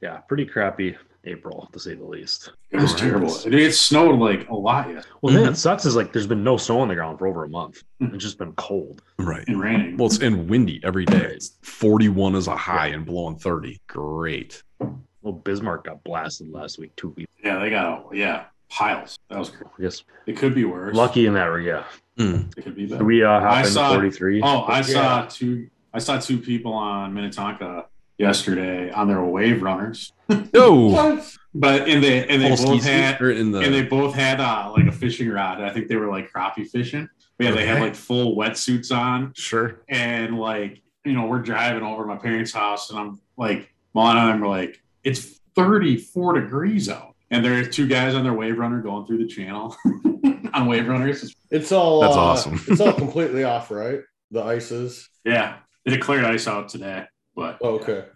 [SPEAKER 4] Yeah, pretty crappy April to say the least.
[SPEAKER 2] it was
[SPEAKER 3] Alright.
[SPEAKER 2] terrible. It, it snowed like a lot yesterday
[SPEAKER 4] Well, then it sucks is like there's been no snow on the ground for over a month.
[SPEAKER 2] Mm.
[SPEAKER 4] It's just been cold.
[SPEAKER 3] Right.
[SPEAKER 2] and raining.
[SPEAKER 3] Well, it's and windy every day. It's 41 is a high and blowing 30. Great.
[SPEAKER 4] Well, Bismarck got blasted last week, two weeks.
[SPEAKER 2] yeah. They got, yeah, piles. That was crazy.
[SPEAKER 4] I guess
[SPEAKER 2] It could be worse.
[SPEAKER 4] lucky in that area.
[SPEAKER 2] It could be
[SPEAKER 4] Did
[SPEAKER 2] better.
[SPEAKER 4] we uh,
[SPEAKER 2] I
[SPEAKER 4] hop into
[SPEAKER 2] saw-
[SPEAKER 4] 43?
[SPEAKER 2] Oh, I saw two. I saw two people on Minnetonka yesterday on their wave runners,
[SPEAKER 3] No.
[SPEAKER 2] but and they and they
[SPEAKER 3] False
[SPEAKER 2] both
[SPEAKER 3] keys
[SPEAKER 2] had
[SPEAKER 3] are
[SPEAKER 2] and
[SPEAKER 3] in
[SPEAKER 2] they
[SPEAKER 3] the
[SPEAKER 2] both had uh, like a fishing rod. I think they were like crappie fishing. But yeah, they had
[SPEAKER 3] Okay.
[SPEAKER 2] like full wetsuits on
[SPEAKER 3] sure.
[SPEAKER 2] and like you know, we're driving over to my parents' house and I'm like, Mom and I'm like, it's 34 degrees out. And there's two guys on their wave runner going through the channel on wave runners. It's-
[SPEAKER 5] It's all
[SPEAKER 3] That's
[SPEAKER 5] uh,
[SPEAKER 3] awesome.
[SPEAKER 5] it's all completely off, right? The ices.
[SPEAKER 2] yeah, they declared ice out today, but
[SPEAKER 5] Oh, okay.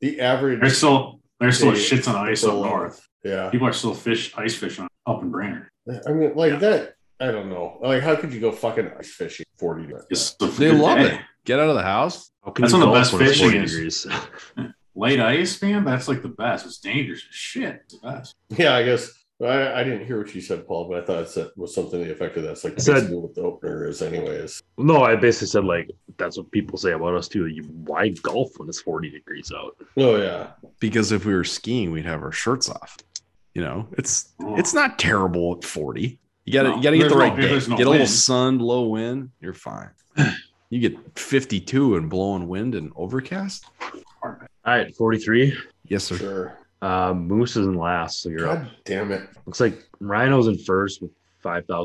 [SPEAKER 5] The average.
[SPEAKER 2] there's still there's still
[SPEAKER 5] Hey,
[SPEAKER 2] shits on ice up
[SPEAKER 5] below.
[SPEAKER 2] north.
[SPEAKER 5] Yeah.
[SPEAKER 2] People are still fish ice fishing up in Brainerd.
[SPEAKER 5] I mean, like
[SPEAKER 2] Yeah.
[SPEAKER 5] that. I don't know. Like, how could you go fucking ice fishing forty?
[SPEAKER 2] It's
[SPEAKER 3] They love it. Get out of the house.
[SPEAKER 4] How can
[SPEAKER 2] That's
[SPEAKER 4] you
[SPEAKER 2] when the
[SPEAKER 4] golf
[SPEAKER 2] best
[SPEAKER 4] when it's
[SPEAKER 2] fishing
[SPEAKER 4] 40
[SPEAKER 2] is.
[SPEAKER 4] degrees?
[SPEAKER 2] Late ice, man, that's like the best. It's dangerous as shit. It's the best.
[SPEAKER 5] Yeah, I guess. I, I didn't hear what you said, Paul, but I thought it said, was something to the effect of that's like
[SPEAKER 4] I said-
[SPEAKER 5] basically what the opener is, anyways.
[SPEAKER 4] no, I basically said like that's what people say about us too. You, why golf when it's forty degrees out?
[SPEAKER 5] Oh yeah,
[SPEAKER 3] Because if we were skiing, we'd have our shirts off. You know, it's it's not terrible at 40. You gotta
[SPEAKER 2] No,
[SPEAKER 3] you gotta get the
[SPEAKER 2] there's no-
[SPEAKER 3] right day.
[SPEAKER 2] there's no
[SPEAKER 3] get a little
[SPEAKER 2] wind.
[SPEAKER 3] sun, low wind, you're fine. You get 52 and blowing wind and overcast.
[SPEAKER 4] All right, forty three.
[SPEAKER 3] Yes, sir.
[SPEAKER 5] sure.
[SPEAKER 4] Uh, Moose is in last, so you're up.
[SPEAKER 5] God damn it!
[SPEAKER 4] Looks like Rhino's in first with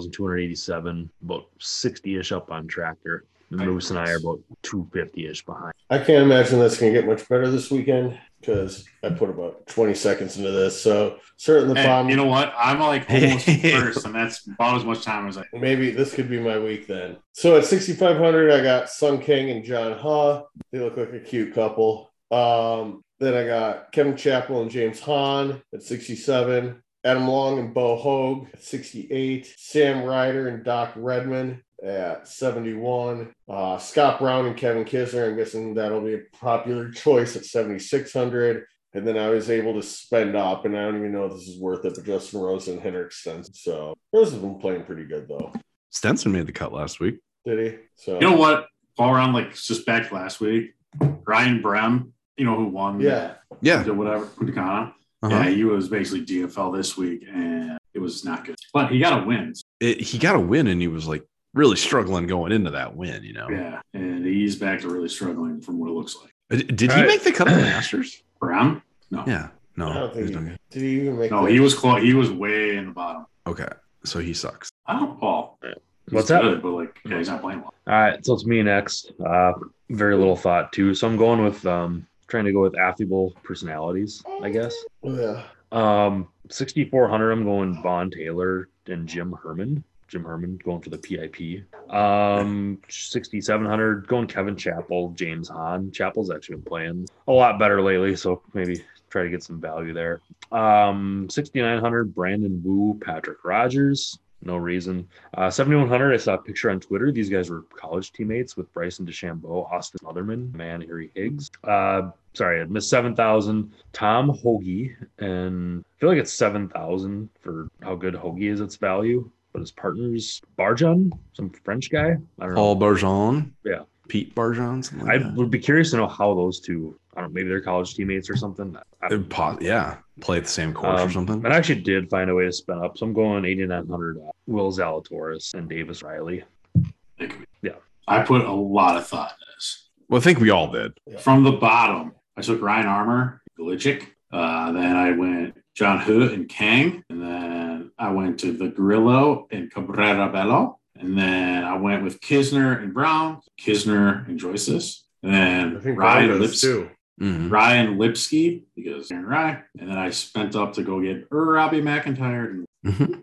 [SPEAKER 4] 5,287, about 60 ish up on tractor. And
[SPEAKER 2] Right.
[SPEAKER 4] Moose and I are about 250 ish behind.
[SPEAKER 5] I can't imagine that's going to get much better this weekend because I put about twenty seconds into this. So certainly,
[SPEAKER 2] Hey,
[SPEAKER 5] if I'm,
[SPEAKER 2] you know what? I'm like almost first, and that's about as much time as I.
[SPEAKER 5] Maybe this could be my week then. So at 6,500, I got Sun King and John Ha. They look like a cute couple. Um, then I got Kevin Chappell and James Hahn at 67. Adam Long and Bo Hogue at 68. Sam Ryder and Doc Redman at 71. Uh, Scott Brown and Kevin Kisner. I'm guessing that'll be a popular choice at 7,600. And then I was able to spend up, and I don't even know if this is worth it, but Justin Rose and Henrik Stenson. So Rose has been playing pretty good though.
[SPEAKER 3] Stenson made the cut last week.
[SPEAKER 5] Did he? So
[SPEAKER 2] You know what? All around, like just back last week, Ryan Brem, you know who won?
[SPEAKER 5] Yeah.
[SPEAKER 3] Yeah.
[SPEAKER 2] The whatever Kutakana.
[SPEAKER 3] Uh-huh.
[SPEAKER 2] Yeah, he was basically DFL this week, and it was not good. But he got a win.
[SPEAKER 3] It- he got a win and he was like really struggling going into that win, you know.
[SPEAKER 2] Yeah, and he's back to really struggling from what it looks like.
[SPEAKER 3] Uh, Did he
[SPEAKER 4] All right.
[SPEAKER 3] make the cut at the Masters?
[SPEAKER 2] Brem? No,
[SPEAKER 3] Yeah. No.
[SPEAKER 5] I don't
[SPEAKER 3] he
[SPEAKER 5] think
[SPEAKER 3] was
[SPEAKER 5] he,
[SPEAKER 3] not good.
[SPEAKER 5] did he even make
[SPEAKER 2] no,
[SPEAKER 5] the-
[SPEAKER 2] he was close. He was way in the bottom.
[SPEAKER 3] Okay. So he sucks.
[SPEAKER 2] I don't Paul. he's
[SPEAKER 4] What's that?
[SPEAKER 2] good, But like, yeah, he's not playing well.
[SPEAKER 4] All right, so it's me next. Uh, very little thought, too. So I'm going with um, trying to go with affable personalities, I guess.
[SPEAKER 5] yeah.
[SPEAKER 4] Um, 6,400, I'm going Von Taylor and Jim Herman. Jim Herman going for the PIP. Um, 6,700, going Kevin Chappell, James Hahn. Chappell's actually been playing a lot better lately, so maybe try to get some value there. Um, 6,900, Brandon Wu, Patrick Rogers. No reason. Uh, 7,100, I saw a picture on Twitter. These guys were college teammates with Bryson DeChambeau, Austin Motherman, man, Harry Higgs. Uh, sorry, I missed 7,000. Tom Hoagie, and I feel like it's 7,000 for how good Hoagie is its value. But his partner's Barjon, some French guy. I don't know.
[SPEAKER 3] Paul Barjon.
[SPEAKER 4] Yeah.
[SPEAKER 3] Pete Barjon. Something
[SPEAKER 4] I
[SPEAKER 3] like that.
[SPEAKER 4] would be curious to know how those two, I don't know, maybe they're college teammates or something. I-
[SPEAKER 3] It'd po- Uh, yeah. Play at the same course
[SPEAKER 4] Um,
[SPEAKER 3] or something.
[SPEAKER 4] And I actually did find a way to spin up. So I'm going 8,900 uh, Will Zalatoris and Davis Riley.
[SPEAKER 2] It could be-
[SPEAKER 4] Yeah.
[SPEAKER 2] I put a lot of thought into this.
[SPEAKER 3] Well, I think we all did.
[SPEAKER 2] From the bottom, I took Ryan Armour, Glitchik. Uh, then I went John Hu and Kang. And then I went to the Grillo and Cabrera Bello. And then I went with Kisner and Brown. Kisner enjoys this. And
[SPEAKER 5] I
[SPEAKER 2] then
[SPEAKER 5] think
[SPEAKER 2] Ryan
[SPEAKER 5] Brown does,
[SPEAKER 2] Lips-
[SPEAKER 5] too. Mm-hmm.
[SPEAKER 3] Mhm.
[SPEAKER 2] Ryan Lipsky, because Aaron Rye. And then I spent up to go get Robbie McIntyre. And
[SPEAKER 3] Mhm.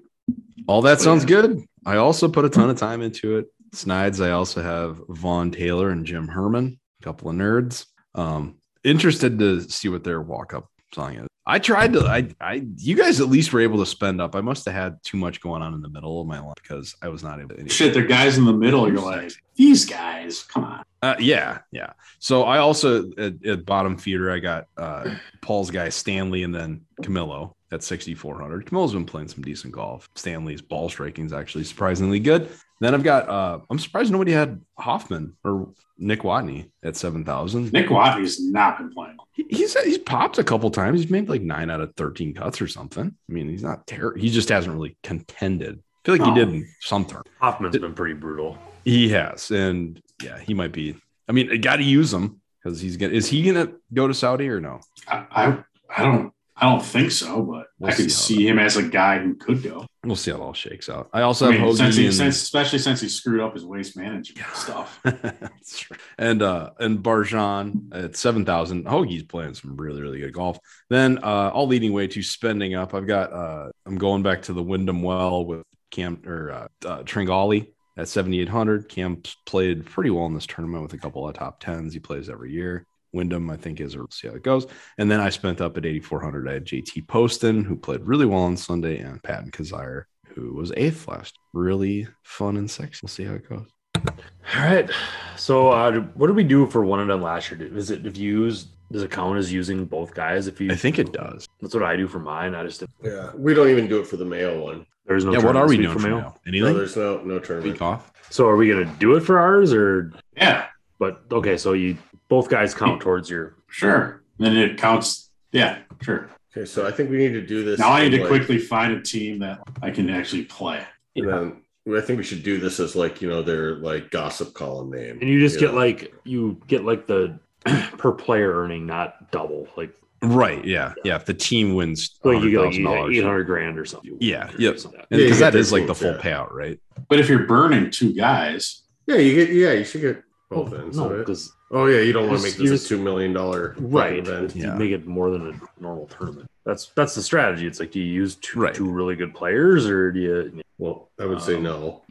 [SPEAKER 3] All that
[SPEAKER 2] But
[SPEAKER 3] sounds
[SPEAKER 2] yeah.
[SPEAKER 3] good. I also put a ton of time into it. Snides, I also have Vaughn Taylor and Jim Herman, a couple of nerds. Um, interested to see what their walk up song is. I tried to, I, I, you guys at least were able to spend up. I must have had too much going on in the middle of my life because I was not able to.
[SPEAKER 2] shit, the guys in the middle, you're like, these guys, come on.
[SPEAKER 3] Uh, yeah, yeah. So I also at, at bottom feeder, I got uh, Paul's guy Stanley and then Camillo at 6,400. Camillo's been playing some decent golf. Stanley's ball striking is actually surprisingly good. Then I've got, uh, I'm surprised nobody had Hoffman or Nick Watney at 7,000.
[SPEAKER 2] Nick Watney's not been playing.
[SPEAKER 3] He- He's he's popped a couple times. He's made like nine out of 13 cuts or something. I mean, he's not terrible. He just hasn't really contended. I feel like
[SPEAKER 2] No.
[SPEAKER 3] he did in some turn.
[SPEAKER 4] Hoffman's been pretty brutal.
[SPEAKER 3] He has, and yeah, he might be. I mean, got to use him because he's gonna. Is he gonna go to Saudi or no?
[SPEAKER 2] I, I I don't I don't think so, but
[SPEAKER 3] We'll
[SPEAKER 2] I could
[SPEAKER 3] see how
[SPEAKER 2] see him as a guy who could go.
[SPEAKER 3] We'll see how it all shakes out. I also
[SPEAKER 2] I
[SPEAKER 3] have
[SPEAKER 2] mean, since
[SPEAKER 3] Hoagie
[SPEAKER 2] he,
[SPEAKER 3] and,
[SPEAKER 2] since, especially since he screwed up his waste management stuff.
[SPEAKER 3] That's right. and uh and Barjan at seven thousand. Hoagie's playing some really really good golf. Then uh all leading way to spending up. I've got uh I'm going back to the Wyndham Well with Cam or uh, uh Tringali at seventy eight hundred. Cam's played pretty well in this tournament with a couple of top tens. He plays every year. Wyndham, I think, is we'll see how it goes. And then I spent up at 8,400. I had JT Poston, who played really well on Sunday, and Patton Kazire, who was eighth last. Really fun and sexy. We'll see how it goes.
[SPEAKER 4] All right. So uh, what did we do for one and done last year? Is it if you use does it count as using both guys? If you
[SPEAKER 3] I think it does.
[SPEAKER 4] that's what I do for mine. I just
[SPEAKER 5] Yeah, we don't even do it for the male one.
[SPEAKER 4] there's no.
[SPEAKER 3] yeah, what
[SPEAKER 4] tournament
[SPEAKER 3] are
[SPEAKER 4] this
[SPEAKER 3] we
[SPEAKER 4] week
[SPEAKER 3] doing for now?
[SPEAKER 5] No,
[SPEAKER 3] Anything?
[SPEAKER 5] there's no no tournament.
[SPEAKER 3] Week off?
[SPEAKER 4] So are we gonna do it for ours or?
[SPEAKER 2] yeah,
[SPEAKER 4] But okay, so you both guys count towards your.
[SPEAKER 2] sure. Then it counts. Yeah, sure.
[SPEAKER 5] Okay, so I think we need to do this.
[SPEAKER 2] Now I need
[SPEAKER 5] in,
[SPEAKER 2] to
[SPEAKER 5] like-
[SPEAKER 2] quickly find a team that I can actually play.
[SPEAKER 5] and then I think we should do this as like you know their like gossip column name,
[SPEAKER 4] And you just get
[SPEAKER 5] know?
[SPEAKER 4] like you get like the per player earning, not double. Like
[SPEAKER 3] Right. Yeah. Yeah. If the team wins,
[SPEAKER 4] like you get like
[SPEAKER 3] $100,000.
[SPEAKER 4] eight hundred grand or something.
[SPEAKER 3] Yeah,
[SPEAKER 4] Or
[SPEAKER 3] yep.
[SPEAKER 4] something like that.
[SPEAKER 3] And
[SPEAKER 5] Yeah, you
[SPEAKER 3] because
[SPEAKER 5] get
[SPEAKER 3] that is like the
[SPEAKER 5] 13,
[SPEAKER 3] full
[SPEAKER 5] yeah.
[SPEAKER 3] payout, right?
[SPEAKER 2] But if you're burning two guys,
[SPEAKER 5] yeah, you get yeah, you should get both
[SPEAKER 4] Well,
[SPEAKER 5] ends.
[SPEAKER 4] no,
[SPEAKER 5] of it.
[SPEAKER 4] because
[SPEAKER 5] Oh yeah, you don't want to make
[SPEAKER 4] You're
[SPEAKER 5] this
[SPEAKER 4] just-
[SPEAKER 5] a two million dollar
[SPEAKER 4] right,
[SPEAKER 5] event.
[SPEAKER 4] you
[SPEAKER 3] Yeah.
[SPEAKER 4] make it more than a normal tournament. That's that's the strategy. It's like, do you use two
[SPEAKER 3] Right.
[SPEAKER 4] two really good players, or do you?
[SPEAKER 5] Well, I would say
[SPEAKER 4] Um,
[SPEAKER 5] no.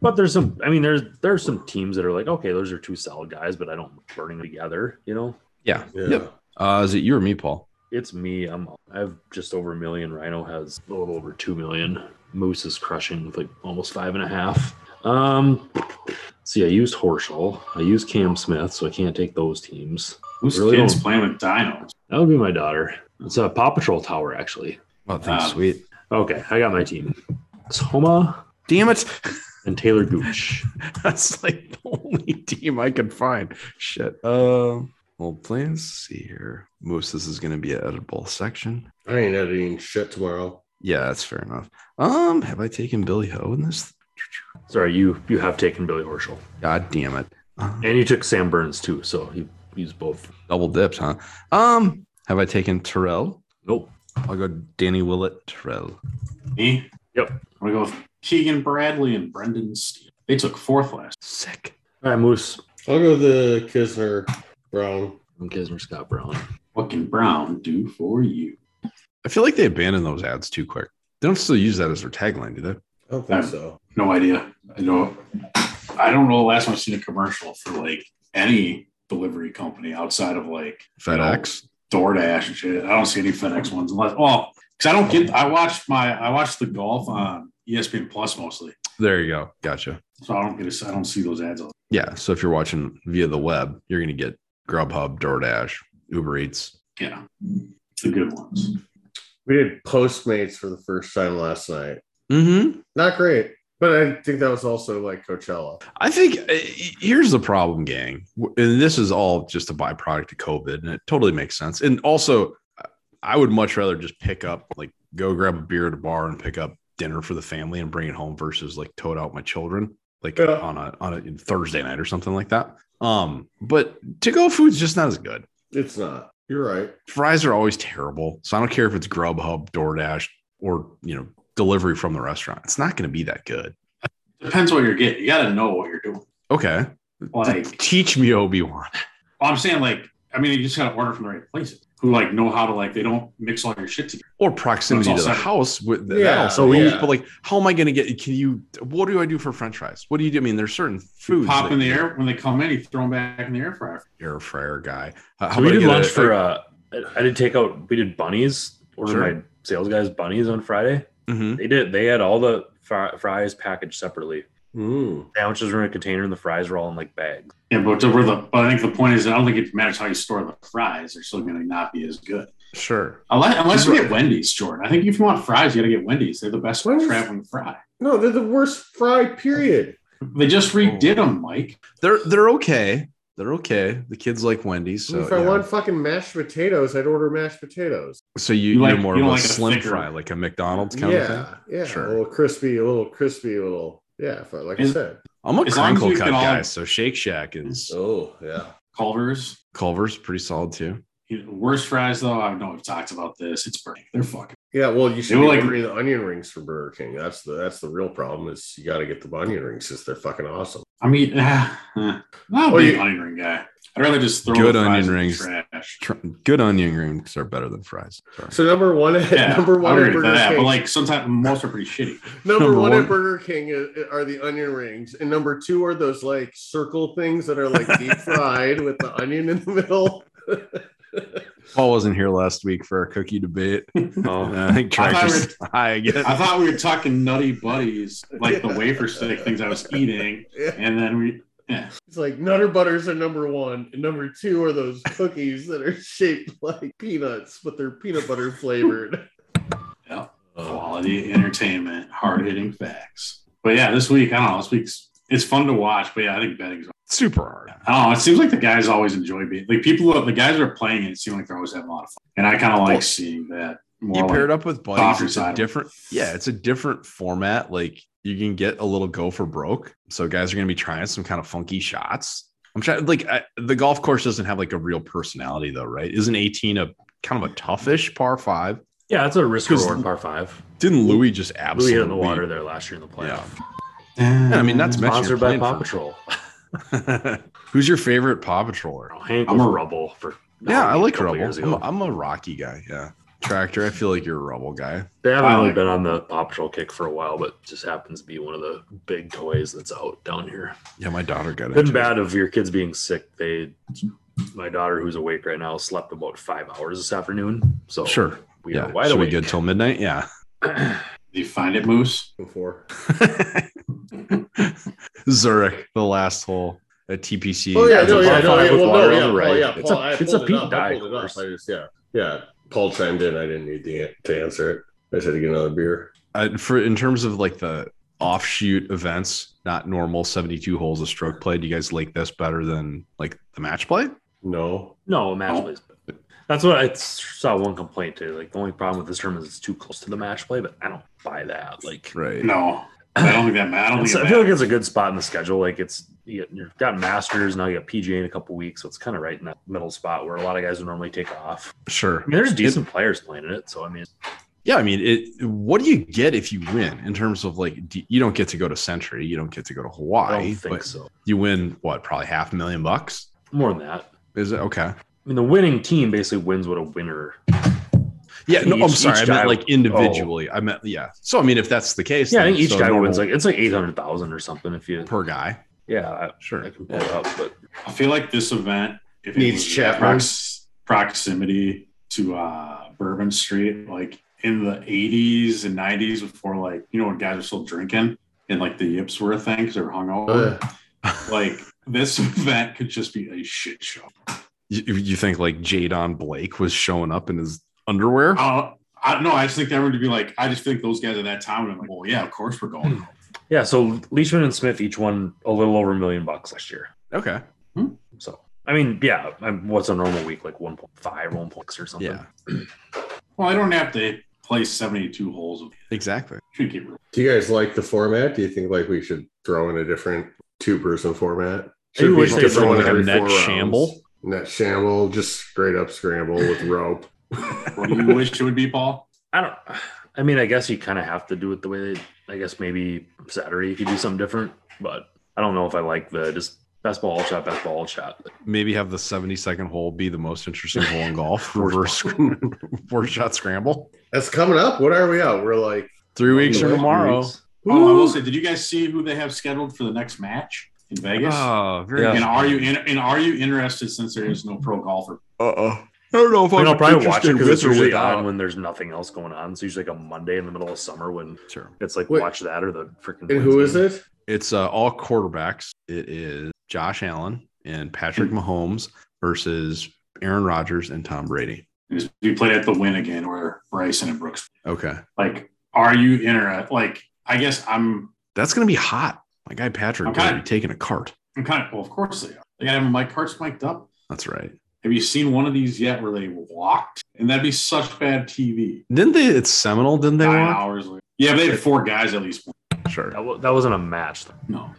[SPEAKER 4] But there's some. I mean, there's there's some teams that are like, okay, those are two solid guys, but I don't like burning them together. You know,
[SPEAKER 3] Yeah.
[SPEAKER 5] Yeah.
[SPEAKER 3] Yep. Uh, is it you or me, Paul?
[SPEAKER 4] it's me. I'm I have just over a million. Rhino has a little over two million. Moose is crushing with like almost five and a half. Um, see, I used Horschel. I used Cam Smith, so I can't take those teams.
[SPEAKER 2] whose
[SPEAKER 4] Really
[SPEAKER 2] kids
[SPEAKER 4] don't-
[SPEAKER 2] playing with dinos?
[SPEAKER 4] That would be my daughter. It's a Paw Patrol tower, actually.
[SPEAKER 3] Oh,
[SPEAKER 2] thanks,
[SPEAKER 3] sweet.
[SPEAKER 4] Okay, I got my team. Soma
[SPEAKER 3] Damn it.
[SPEAKER 4] and Taylor Gooch.
[SPEAKER 3] That's like the only team I could find. Shit. Um, well, plans see here. Moose, this is going to be an editable section.
[SPEAKER 5] I ain't editing shit tomorrow.
[SPEAKER 3] Yeah, that's fair enough. Um, have I taken Billy Ho in this?
[SPEAKER 4] Sorry, you you have taken Billy Horschel,
[SPEAKER 3] God damn it. Uh,
[SPEAKER 4] and you took Sam Burns too. So you use both.
[SPEAKER 3] double dips, huh? Um, have I taken Terrell?
[SPEAKER 4] Nope.
[SPEAKER 3] I'll go Danny Willett, Terrell.
[SPEAKER 2] Me?
[SPEAKER 4] Yep.
[SPEAKER 2] I'm gonna go with Keegan Bradley and Brendan Steele. They took fourth last.
[SPEAKER 3] Sick.
[SPEAKER 4] All right, Moose.
[SPEAKER 5] I'll go the Kisner Brown.
[SPEAKER 4] I'm Kisner Scott Brown.
[SPEAKER 2] What can Brown do for you?
[SPEAKER 3] I feel like they abandoned those ads too quick. They don't still use that as their tagline, do they?
[SPEAKER 5] I don't think
[SPEAKER 2] Um,
[SPEAKER 5] so.
[SPEAKER 2] No idea. I don't. I don't know. The last time I've seen a commercial for like any delivery company outside of like
[SPEAKER 3] FedEx.
[SPEAKER 2] DoorDash and shit. I don't see any FedEx ones unless well, because I don't get. I watch my I watch the golf on E ESPN Plus mostly,
[SPEAKER 3] There you go. Gotcha.
[SPEAKER 2] so I don't get. A, I don't see those ads. on-
[SPEAKER 3] Yeah. So if you're watching via the web, you're going to get Grubhub, DoorDash, Uber Eats.
[SPEAKER 2] Yeah, the good ones.
[SPEAKER 5] We did Postmates for the first time last night.
[SPEAKER 3] Mm-hmm.
[SPEAKER 5] Not great, but I think that was also like Coachella.
[SPEAKER 3] I think uh, here's the problem, gang. And this is all just a byproduct of COVID, and it totally makes sense. And also, I would much rather just pick up, like, go grab a beer at a bar and pick up dinner for the family and bring it home versus like tote out my children, like
[SPEAKER 5] Yeah.
[SPEAKER 3] on a on a Thursday night or something like that. Um, but to go food's just not as good.
[SPEAKER 5] It's not. You're right.
[SPEAKER 3] fries are always terrible. So I don't care if it's Grubhub, DoorDash, or you know, delivery from the restaurant. It's not going to be that good.
[SPEAKER 2] Depends what you're getting. You got to know what you're doing.
[SPEAKER 3] Okay,
[SPEAKER 2] Like
[SPEAKER 3] teach me Obi Wan.
[SPEAKER 2] Well, I'm saying like, I mean, you just gotta order from the right places who like know how to like. They don't mix all your shit together.
[SPEAKER 3] Or
[SPEAKER 2] It's
[SPEAKER 3] proximity to
[SPEAKER 2] all
[SPEAKER 3] the
[SPEAKER 2] separate.
[SPEAKER 3] house with that
[SPEAKER 5] Yeah,
[SPEAKER 3] also
[SPEAKER 5] yeah.
[SPEAKER 3] helps, But like, how am I going to get? Can you? What do I do for French fries? What do you do? I mean, there's certain foods.
[SPEAKER 2] Pop
[SPEAKER 3] that-
[SPEAKER 2] in the air when they come in. You throw them back in the air fryer.
[SPEAKER 3] Air fryer guy. Uh,
[SPEAKER 4] So we
[SPEAKER 3] about I
[SPEAKER 4] did
[SPEAKER 3] get
[SPEAKER 4] lunch
[SPEAKER 3] a-
[SPEAKER 4] for. Uh, I- I did take out. We did bunnies. Ordered
[SPEAKER 3] Sure.
[SPEAKER 4] my sales guys bunnies on Friday.
[SPEAKER 3] Mhm.
[SPEAKER 4] They did. They had all the fri- fries packaged separately.
[SPEAKER 5] Mm.
[SPEAKER 4] Sandwiches were in a container, and the fries were all in like bags.
[SPEAKER 2] Yeah, but to where the but I think the point is, I don't think it matters how you store the fries. They're still gonna not be as good
[SPEAKER 3] Sure.
[SPEAKER 2] unless, unless you get Wendy's, Jordan. I think if you want fries, you gotta get Wendy's. They're the best
[SPEAKER 5] Wendy's-
[SPEAKER 2] traveling fry.
[SPEAKER 5] No, they're the worst fry. Period.
[SPEAKER 2] They just redid
[SPEAKER 5] Oh.
[SPEAKER 2] them, Mike.
[SPEAKER 3] They're they're okay. They're okay. The kids like Wendy's. So
[SPEAKER 5] if I
[SPEAKER 3] yeah.
[SPEAKER 5] want fucking mashed potatoes, I'd order mashed potatoes.
[SPEAKER 3] so you,
[SPEAKER 2] You
[SPEAKER 3] you are
[SPEAKER 2] like-
[SPEAKER 3] more
[SPEAKER 2] you
[SPEAKER 3] of a
[SPEAKER 2] don't like a
[SPEAKER 3] slim
[SPEAKER 2] thicker-
[SPEAKER 3] fry, like a McDonald's kind of thing.
[SPEAKER 5] yeah, yeah.
[SPEAKER 3] Sure.
[SPEAKER 5] A little crispy, a little crispy, a little yeah. If I, like
[SPEAKER 2] Is-
[SPEAKER 5] I said.
[SPEAKER 3] I'm a
[SPEAKER 2] As long as
[SPEAKER 3] crinkle
[SPEAKER 2] you
[SPEAKER 3] cut
[SPEAKER 2] can all- Mm.
[SPEAKER 3] guy, so Shake Shack is
[SPEAKER 5] Oh yeah.
[SPEAKER 2] Culver's.
[SPEAKER 3] Culver's pretty solid too.
[SPEAKER 2] You know, worst fries though, I know we've talked about this. It's burning. They're fucking.
[SPEAKER 5] Yeah, well, you should
[SPEAKER 2] They
[SPEAKER 5] be
[SPEAKER 2] were like-
[SPEAKER 5] ordering the onion rings from Burger King. That's the that's the real problem. Is you got to get the onion rings since they're fucking awesome.
[SPEAKER 2] I mean, ah, ah. not a
[SPEAKER 5] Well,
[SPEAKER 2] big
[SPEAKER 5] you-
[SPEAKER 2] onion ring guy. I'd rather just throw
[SPEAKER 3] Good
[SPEAKER 2] the fries
[SPEAKER 3] onion
[SPEAKER 2] in the
[SPEAKER 3] rings.
[SPEAKER 2] Trash.
[SPEAKER 3] Tr- Good onion rings are better than fries. Sorry.
[SPEAKER 5] So number one, at,
[SPEAKER 2] Yeah,
[SPEAKER 5] number one
[SPEAKER 2] I
[SPEAKER 5] at
[SPEAKER 2] agree with
[SPEAKER 5] Burger
[SPEAKER 2] that.
[SPEAKER 5] King.
[SPEAKER 2] But like sometimes most are pretty shitty.
[SPEAKER 5] number,
[SPEAKER 3] number
[SPEAKER 5] one,
[SPEAKER 3] one-
[SPEAKER 5] at Burger King i- are the onion rings, and number two are those like circle things that are like deep fried with the onion in the middle.
[SPEAKER 3] Paul wasn't here last week for our cookie debate. Uh,
[SPEAKER 4] Oh,
[SPEAKER 3] I think
[SPEAKER 2] I thought
[SPEAKER 3] Tractor's high again.
[SPEAKER 2] I thought we were talking nutty buddies, like the wafer stick things I was eating,
[SPEAKER 5] Yeah.
[SPEAKER 2] and then we
[SPEAKER 5] It's like Nutter Butters are number one, and number two are those cookies that are shaped like peanuts, but they're peanut butter flavored.
[SPEAKER 2] yeah, quality entertainment, hard hitting facts. But yeah, this week I don't know. This week's it's fun to watch, but yeah, I think betting's.
[SPEAKER 3] Super hard.
[SPEAKER 2] I don't know. It seems like the guys always enjoy being like people. The guys that are playing it, it seem like they're always having a lot of fun, and I kind of like
[SPEAKER 3] Well,
[SPEAKER 2] seeing that.
[SPEAKER 3] You
[SPEAKER 2] More
[SPEAKER 3] pair it
[SPEAKER 2] like,
[SPEAKER 3] up with buddies.
[SPEAKER 2] soccer
[SPEAKER 3] It's a
[SPEAKER 2] side.
[SPEAKER 3] different, yeah, it's a different format. Like you can get a little go for broke. So guys are going to be trying some kind of funky shots. I'm trying. Like I, the golf course doesn't have like a real personality though, right? Isn't 18 a kind of a toughish par five?
[SPEAKER 4] yeah, it's a risk reward
[SPEAKER 3] 'Cause-
[SPEAKER 4] par five.
[SPEAKER 3] Didn't Louis just
[SPEAKER 4] Louis
[SPEAKER 3] absolutely
[SPEAKER 4] hit in the water there last year in the playoff.
[SPEAKER 3] Yeah, I mean, that's Mention
[SPEAKER 4] Sponsored by
[SPEAKER 3] your plan
[SPEAKER 4] Paw
[SPEAKER 3] for-
[SPEAKER 4] Patrol.
[SPEAKER 3] Who's your favorite Paw Patroller?
[SPEAKER 4] Hank
[SPEAKER 2] I'm
[SPEAKER 4] was
[SPEAKER 2] a-
[SPEAKER 4] rubble for. oh,
[SPEAKER 3] Yeah, I
[SPEAKER 4] a
[SPEAKER 3] like
[SPEAKER 4] couple
[SPEAKER 3] Rubble.
[SPEAKER 4] years
[SPEAKER 3] I'm a,
[SPEAKER 4] ago.
[SPEAKER 3] I'm a Rocky guy. Yeah. Tractor, I feel like you're a Rubble guy.
[SPEAKER 4] They haven't
[SPEAKER 2] I
[SPEAKER 4] really
[SPEAKER 2] like-
[SPEAKER 4] been on the Paw Patrol kick for a while, but just happens to be one of the big toys that's out down here.
[SPEAKER 3] Yeah, my daughter got it.
[SPEAKER 4] Been bad of your kids being sick. They, my daughter who's awake right now, slept about five hours this afternoon. So
[SPEAKER 3] Sure.
[SPEAKER 4] we
[SPEAKER 3] yeah.
[SPEAKER 4] are wide
[SPEAKER 3] Should we
[SPEAKER 4] awake.
[SPEAKER 3] good till midnight? Yeah.
[SPEAKER 2] Do you find it, Moose?
[SPEAKER 5] Before,
[SPEAKER 3] Zurich, the last hole at TPC.
[SPEAKER 5] oh yeah,
[SPEAKER 4] it's a
[SPEAKER 5] no, yeah,
[SPEAKER 4] par
[SPEAKER 5] no,
[SPEAKER 4] five
[SPEAKER 5] yeah,
[SPEAKER 4] with
[SPEAKER 5] well,
[SPEAKER 4] water
[SPEAKER 5] no,
[SPEAKER 4] on
[SPEAKER 5] yeah, well,
[SPEAKER 4] the right.
[SPEAKER 5] yeah,
[SPEAKER 4] It's
[SPEAKER 5] Paul,
[SPEAKER 4] a-
[SPEAKER 5] I
[SPEAKER 4] it's a
[SPEAKER 5] pulled it
[SPEAKER 4] Pete
[SPEAKER 5] up. I
[SPEAKER 4] Dye
[SPEAKER 5] pulled it up.
[SPEAKER 4] course.
[SPEAKER 5] I just, yeah, yeah. Paul chimed in. I didn't need the, to answer it. I said to get another beer.
[SPEAKER 3] Uh, for in terms of like the offshoot events, not normal 72 holes of stroke play. Do you guys like this better than like the match play?
[SPEAKER 5] No,
[SPEAKER 4] No, match
[SPEAKER 3] Oh.
[SPEAKER 4] plays. That's what I saw one complaint too. Like the only problem with this term is it's too close to the match play, but I don't buy that. Like
[SPEAKER 3] Right.
[SPEAKER 2] No, I don't think that matters. I don't
[SPEAKER 4] It's-
[SPEAKER 2] think it
[SPEAKER 4] I feel like
[SPEAKER 2] matters.
[SPEAKER 4] it's a good spot in the schedule. Like it's you- you've got Masters now, you got PGA in a couple weeks, so it's kind of right in that middle spot where a lot of guys would normally take off.
[SPEAKER 3] Sure.
[SPEAKER 4] I mean, there's decent players playing in it, so I mean,
[SPEAKER 3] Yeah, I mean, it. What do you get if you win in terms of like d- you don't get to go to Century, you don't get to go to
[SPEAKER 4] I
[SPEAKER 3] Hawaii,
[SPEAKER 4] don't think
[SPEAKER 3] but
[SPEAKER 4] so.
[SPEAKER 3] you win what probably half a million bucks?
[SPEAKER 4] More than that.
[SPEAKER 3] Is it okay?
[SPEAKER 4] I mean, the winning team basically wins what a winner.
[SPEAKER 3] Yeah, no, I'm
[SPEAKER 4] Each-
[SPEAKER 3] sorry,
[SPEAKER 4] each
[SPEAKER 3] I meant
[SPEAKER 4] guy-
[SPEAKER 3] like individually. I meant yeah. So I mean, if that's the case,
[SPEAKER 4] Yeah, I
[SPEAKER 3] then
[SPEAKER 4] think each
[SPEAKER 3] so
[SPEAKER 4] guy
[SPEAKER 3] normal
[SPEAKER 4] wins like it's like eight hundred thousand or something. If you,
[SPEAKER 3] per guy.
[SPEAKER 4] yeah, I, I
[SPEAKER 3] Sure.
[SPEAKER 4] can pull it up, but
[SPEAKER 2] I feel like this event if
[SPEAKER 5] Needs
[SPEAKER 2] was
[SPEAKER 5] Chapman.
[SPEAKER 2] prox- proximity to uh, Bourbon Street, like in the '80s and '90s, before like you know when guys were still drinking and like the yips were a thing because they were
[SPEAKER 5] Oh,
[SPEAKER 2] hungover. like this event could just be a shit show.
[SPEAKER 3] You, you think like Jadon Blake was showing up in his underwear?
[SPEAKER 2] Uh, I don't know. I just think everyone would be like, I just think those guys at that time would have been like, well, yeah, of course we're going.
[SPEAKER 4] yeah. So Leishman and Smith each won a little over a million bucks last year.
[SPEAKER 3] Okay.
[SPEAKER 4] So I mean, yeah, I'm, what's a normal week like 1.5, 1.6 or something?
[SPEAKER 3] Yeah.
[SPEAKER 2] Well, I don't have to play 72 holes. of
[SPEAKER 3] Exactly.
[SPEAKER 2] should keep it-
[SPEAKER 5] do you guys like the format? Do you think like we should throw in a different two-person format?
[SPEAKER 4] Maybe
[SPEAKER 5] Should
[SPEAKER 4] we
[SPEAKER 5] be
[SPEAKER 4] should
[SPEAKER 5] different
[SPEAKER 4] throw in
[SPEAKER 5] one
[SPEAKER 4] like a
[SPEAKER 5] every
[SPEAKER 3] net
[SPEAKER 5] four rounds.
[SPEAKER 3] shamble?
[SPEAKER 5] net shamble, just straight up scramble with rope.
[SPEAKER 2] What do you wish it would be, Paul?
[SPEAKER 4] I don't. I mean, I guess you kind of have to do it the way they. I guess maybe Saturday you could do something different, but I don't know if I like the just best ball all shot, best ball all shot.
[SPEAKER 3] Maybe have the 72nd hole be the most interesting hole in golf. Reverse four shot scramble.
[SPEAKER 5] That's coming up. What are we at? We're like
[SPEAKER 3] Three weeks from
[SPEAKER 5] Three
[SPEAKER 3] tomorrow.
[SPEAKER 2] Oh, I will
[SPEAKER 5] Woo!
[SPEAKER 2] say, did you guys see who they have scheduled for the next match in Vegas?
[SPEAKER 3] Oh, very
[SPEAKER 2] And are you in, and are you interested since there is no pro golfer?
[SPEAKER 3] Uh oh. I don't know if
[SPEAKER 4] I mean,
[SPEAKER 3] I'm
[SPEAKER 4] I'll probably watch it
[SPEAKER 3] interested
[SPEAKER 4] because it's
[SPEAKER 3] with or
[SPEAKER 4] usually
[SPEAKER 3] without.
[SPEAKER 4] on when there's nothing else going on. It's usually like a Monday in the middle of summer when
[SPEAKER 3] Sure.
[SPEAKER 4] it's like
[SPEAKER 5] Wait.
[SPEAKER 4] watch that or the freaking.
[SPEAKER 5] And who is it?
[SPEAKER 3] It's uh, all quarterbacks. It is Josh Allen and Patrick Mahomes versus Aaron Rodgers and Tom Brady.
[SPEAKER 2] And it's- we played at the win again where Bryson and Brooks.
[SPEAKER 3] Okay.
[SPEAKER 2] Like, are you interested? Like, I guess I'm
[SPEAKER 3] That's going to be hot. My guy Patrick
[SPEAKER 2] Okay.
[SPEAKER 3] okay. taking a cart.
[SPEAKER 2] I'm kind of well, of course they are. They gotta have Mike Hart's mic'd up.
[SPEAKER 3] That's right.
[SPEAKER 2] Have you seen one of these yet where they walked? And that'd be such bad TV.
[SPEAKER 3] Didn't they? It's Seminole, didn't they?
[SPEAKER 2] Nine
[SPEAKER 3] Walk?
[SPEAKER 2] hours later. Yeah, but they had four guys at least.
[SPEAKER 3] Sure.
[SPEAKER 4] That, wa- that wasn't a match. though.
[SPEAKER 2] No.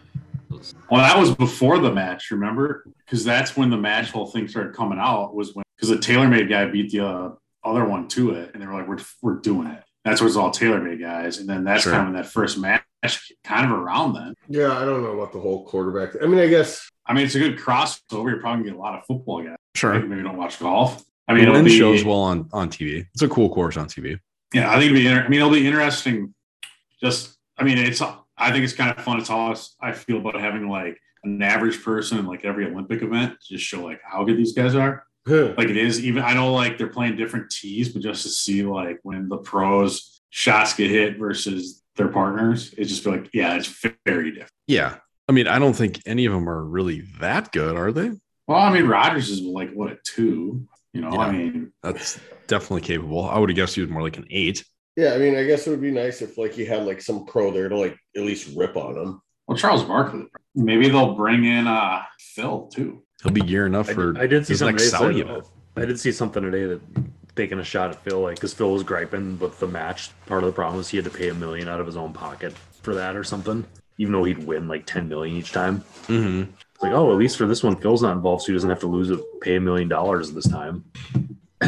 [SPEAKER 2] Well, that was before the match, remember? Because that's when the match whole thing started coming out was when because the TaylorMade guy beat the uh, other one to it, and they were like, "We're we're doing it." That's where it's all TaylorMade guys, and then that's
[SPEAKER 3] Sure.
[SPEAKER 2] kind of when that first match kind of around then.
[SPEAKER 7] Yeah, I don't know about the whole quarterback. I mean, I guess
[SPEAKER 2] I mean, it's a good crossover. You're probably gonna get a lot of football guys.
[SPEAKER 3] Sure.
[SPEAKER 2] Maybe don't watch golf. I
[SPEAKER 3] I
[SPEAKER 2] mean,
[SPEAKER 3] mean,
[SPEAKER 2] it'll
[SPEAKER 3] Lynn
[SPEAKER 2] be,
[SPEAKER 3] shows well on, on TV. It's a cool course on TV.
[SPEAKER 2] Yeah, I think it'll be. Inter- I mean, it'll be interesting. Just, I mean, it's. I think it's kind of fun. It's all I feel about having like an average person in like every Olympic event to just show like how good these guys are.
[SPEAKER 7] huh,
[SPEAKER 2] Like it is even. I know like they're playing different tees, but just to see like when the pros shots get hit versus their partners, it just be like, yeah, it's very different.
[SPEAKER 3] Yeah. I mean, I don't think any of them are really that good, are they?
[SPEAKER 2] Well, I mean, Rogers is like what a two. You know, I mean,
[SPEAKER 3] That's definitely capable. I would have guessed he was more like an eight.
[SPEAKER 7] yeah. I mean, I guess it would be nice if like you had like some pro there to like at least rip on him.
[SPEAKER 2] well, Charles Barkley. Maybe they'll bring in uh Phil too.
[SPEAKER 3] He'll be gearing up
[SPEAKER 4] I,
[SPEAKER 3] for
[SPEAKER 4] I did see
[SPEAKER 3] his
[SPEAKER 4] something
[SPEAKER 3] next
[SPEAKER 4] today.
[SPEAKER 3] Saudi
[SPEAKER 4] that- oh,
[SPEAKER 3] event.
[SPEAKER 4] I did see something today that taking a shot at Phil, like because Phil was griping with the match. Part of the problem was he had to pay a million out of his own pocket for that or something, even though he'd win like ten million each time.
[SPEAKER 3] Mhm.
[SPEAKER 4] It's like, oh, at least for this one, Phil's not involved, so he doesn't have to lose it, pay a million dollars this time.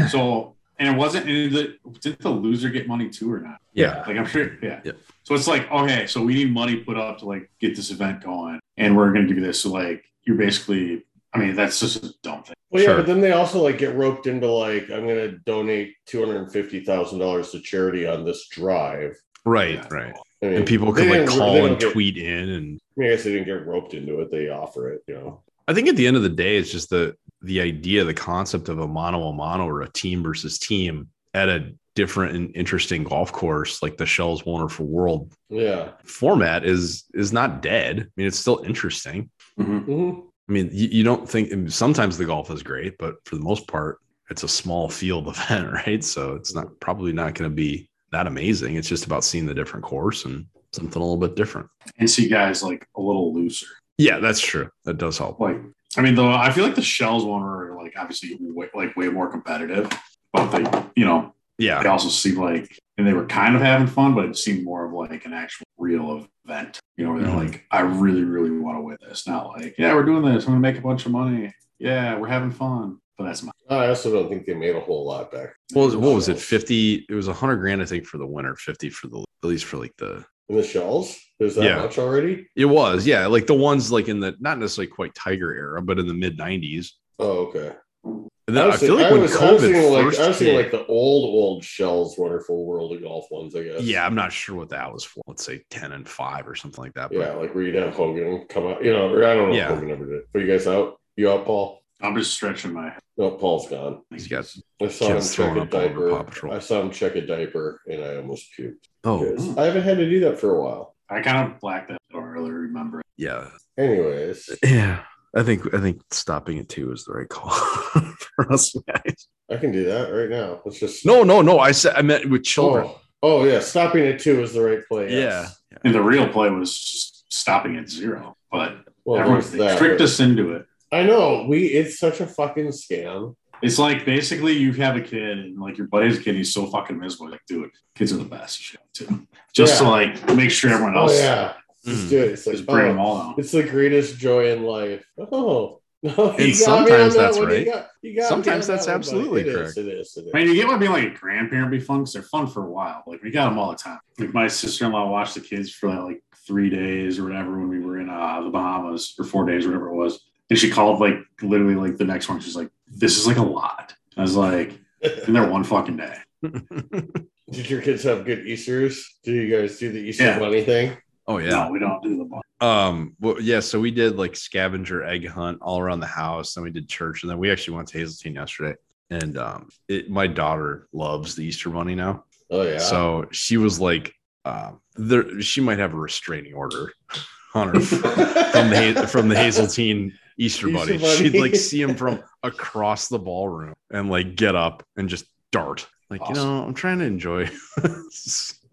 [SPEAKER 2] So, and it wasn't. And the, did the loser get money too or not?
[SPEAKER 3] Yeah.
[SPEAKER 2] Like I'm sure. Yeah.
[SPEAKER 3] Yeah.
[SPEAKER 2] So it's like okay, so we need money put up to like get this event going, and we're gonna do this. So like you're basically. I mean, that's just a dumb thing.
[SPEAKER 7] Well, yeah,
[SPEAKER 3] Sure.
[SPEAKER 7] but then they also like get roped into like I'm going to donate two hundred and fifty thousand dollars to charity on this drive.
[SPEAKER 3] Right.
[SPEAKER 2] Yeah.
[SPEAKER 3] Right.
[SPEAKER 7] I mean,
[SPEAKER 3] And people could
[SPEAKER 7] they
[SPEAKER 3] like
[SPEAKER 7] didn't- they
[SPEAKER 3] call
[SPEAKER 7] don't
[SPEAKER 3] and
[SPEAKER 7] get-
[SPEAKER 3] tweet in and
[SPEAKER 7] I, mean, I guess they didn't get roped into it. They offer it, you know.
[SPEAKER 3] I think at the end of the day, it's just the the idea, the concept of a mono a mono or a team versus team at a different and interesting golf course like the Shell's Wonderful World
[SPEAKER 7] Yeah.
[SPEAKER 3] format is is not dead. I mean, it's still interesting.
[SPEAKER 7] hmm
[SPEAKER 3] I mean, you, you don't think and sometimes the golf is great, but for the most part, it's a small field event, right? So it's not probably not going to be that amazing. It's just about seeing the different course and something a little bit different.
[SPEAKER 2] And see guys like a little looser.
[SPEAKER 3] Yeah, that's true. That does help.
[SPEAKER 2] Like I mean, though I feel like the shells one were like obviously way, like way more competitive, but they you know
[SPEAKER 3] Yeah.
[SPEAKER 2] they also seemed like and they were kind of having fun, but it seemed more of like an actual real event. You know, where they're
[SPEAKER 7] Mm-hmm.
[SPEAKER 3] Mhm.
[SPEAKER 2] like, I really, really want to win this. Not like, yeah, we're doing this. I'm gonna make a bunch of money. Yeah, we're having fun. But that's my
[SPEAKER 7] I also don't think they made a whole lot back.
[SPEAKER 3] What was, what was it? 50. It was 100 grand, I think, for the winner, 50 for the, at least for like the,
[SPEAKER 7] in the shells? There's that
[SPEAKER 3] Yeah.
[SPEAKER 7] much already?
[SPEAKER 3] it was. Yeah. Like the ones like in the, not necessarily quite Tiger era, but in the mid 90s.
[SPEAKER 7] Oh, okay.
[SPEAKER 3] And then I,
[SPEAKER 7] was
[SPEAKER 3] feel
[SPEAKER 7] think-
[SPEAKER 3] like when
[SPEAKER 7] was- I
[SPEAKER 3] COVID
[SPEAKER 7] was thinking like,
[SPEAKER 3] first
[SPEAKER 7] I was
[SPEAKER 3] hit,
[SPEAKER 7] thinking like the old, old shells, wonderful world of golf ones, I guess.
[SPEAKER 3] yeah, I'm not sure what that was for. Let's say 10 and five or something like that. But
[SPEAKER 7] Yeah, like where you'd have Hogan come out, you know, or I don't know
[SPEAKER 3] Yeah.
[SPEAKER 7] if Hogan ever did. it. Are you guys out? You out, Paul?
[SPEAKER 2] I'm just stretching my
[SPEAKER 7] No, Paul's gone.
[SPEAKER 3] he's got,
[SPEAKER 7] I saw
[SPEAKER 3] Kids
[SPEAKER 7] him
[SPEAKER 3] throwing
[SPEAKER 7] check a
[SPEAKER 3] up all over Paw
[SPEAKER 7] diaper.
[SPEAKER 3] Patrol.
[SPEAKER 7] I saw him check a diaper and I almost puked.
[SPEAKER 3] oh,
[SPEAKER 7] Because I haven't had to do that for a while.
[SPEAKER 2] I kind of blacked that. I don't really remember. it.
[SPEAKER 3] yeah.
[SPEAKER 7] Anyways,
[SPEAKER 3] Yeah. I think, I think stopping at two is the right call for us guys.
[SPEAKER 7] I can do that right now. Let's just
[SPEAKER 3] No, no, no. I said, I meant with children.
[SPEAKER 7] Oh, oh yeah, stopping at two is the right play.
[SPEAKER 3] yeah.
[SPEAKER 7] yes.
[SPEAKER 2] And the real play was just stopping at zero. But
[SPEAKER 7] Well,
[SPEAKER 2] everyone
[SPEAKER 7] there's that.
[SPEAKER 2] tricked us into it.
[SPEAKER 7] I know. We it's such a fucking scam.
[SPEAKER 2] It's like basically you have a kid and like your buddy's kid, he's so fucking miserable. Like, dude, kids are the best. You should have two. Just to
[SPEAKER 7] Yeah.
[SPEAKER 2] like make sure everyone
[SPEAKER 7] Oh
[SPEAKER 2] else
[SPEAKER 7] yeah.
[SPEAKER 3] Mm.
[SPEAKER 7] Just do it. It's like
[SPEAKER 2] just bring them
[SPEAKER 7] oh,
[SPEAKER 2] all down.
[SPEAKER 7] It's the greatest joy in life. Oh. No, you got me on
[SPEAKER 3] sometimes
[SPEAKER 7] that
[SPEAKER 3] that's
[SPEAKER 7] one. You
[SPEAKER 3] right.
[SPEAKER 7] got- you got me
[SPEAKER 3] Sometimes
[SPEAKER 7] on
[SPEAKER 3] that's
[SPEAKER 7] that one, buddy.
[SPEAKER 3] absolutely
[SPEAKER 7] It is,
[SPEAKER 3] correct.
[SPEAKER 7] it is, it is.
[SPEAKER 2] I mean, you get what being like a grandparent be fun because they're fun for a while. Like we got them all the time. Like my sister in law watched the kids for like three days or whatever when we were in uh, the Bahamas or four days, whatever it was. And she called like literally like the next one. She's like, "This is like a lot." I was like, "And they're one fucking day."
[SPEAKER 7] Did your kids have good Easters? Do you guys do the Easter
[SPEAKER 2] Yeah.
[SPEAKER 7] bunny thing?
[SPEAKER 3] Oh, yeah.
[SPEAKER 2] No, we don't do the month.
[SPEAKER 3] Um, well, yeah, so we did like scavenger egg hunt all around the house, then we did church, and then we actually went to Hazeltine yesterday. And um, it my daughter loves the Easter Bunny now,
[SPEAKER 7] Oh yeah.
[SPEAKER 3] so she was like, um, there she might have a restraining order on her from the Ha- from the Hazeltine Easter
[SPEAKER 7] Easter
[SPEAKER 3] Bunny.
[SPEAKER 7] Bunny.
[SPEAKER 3] She'd like see him from across the ballroom and like get up and just dart, like, you know, I'm trying to enjoy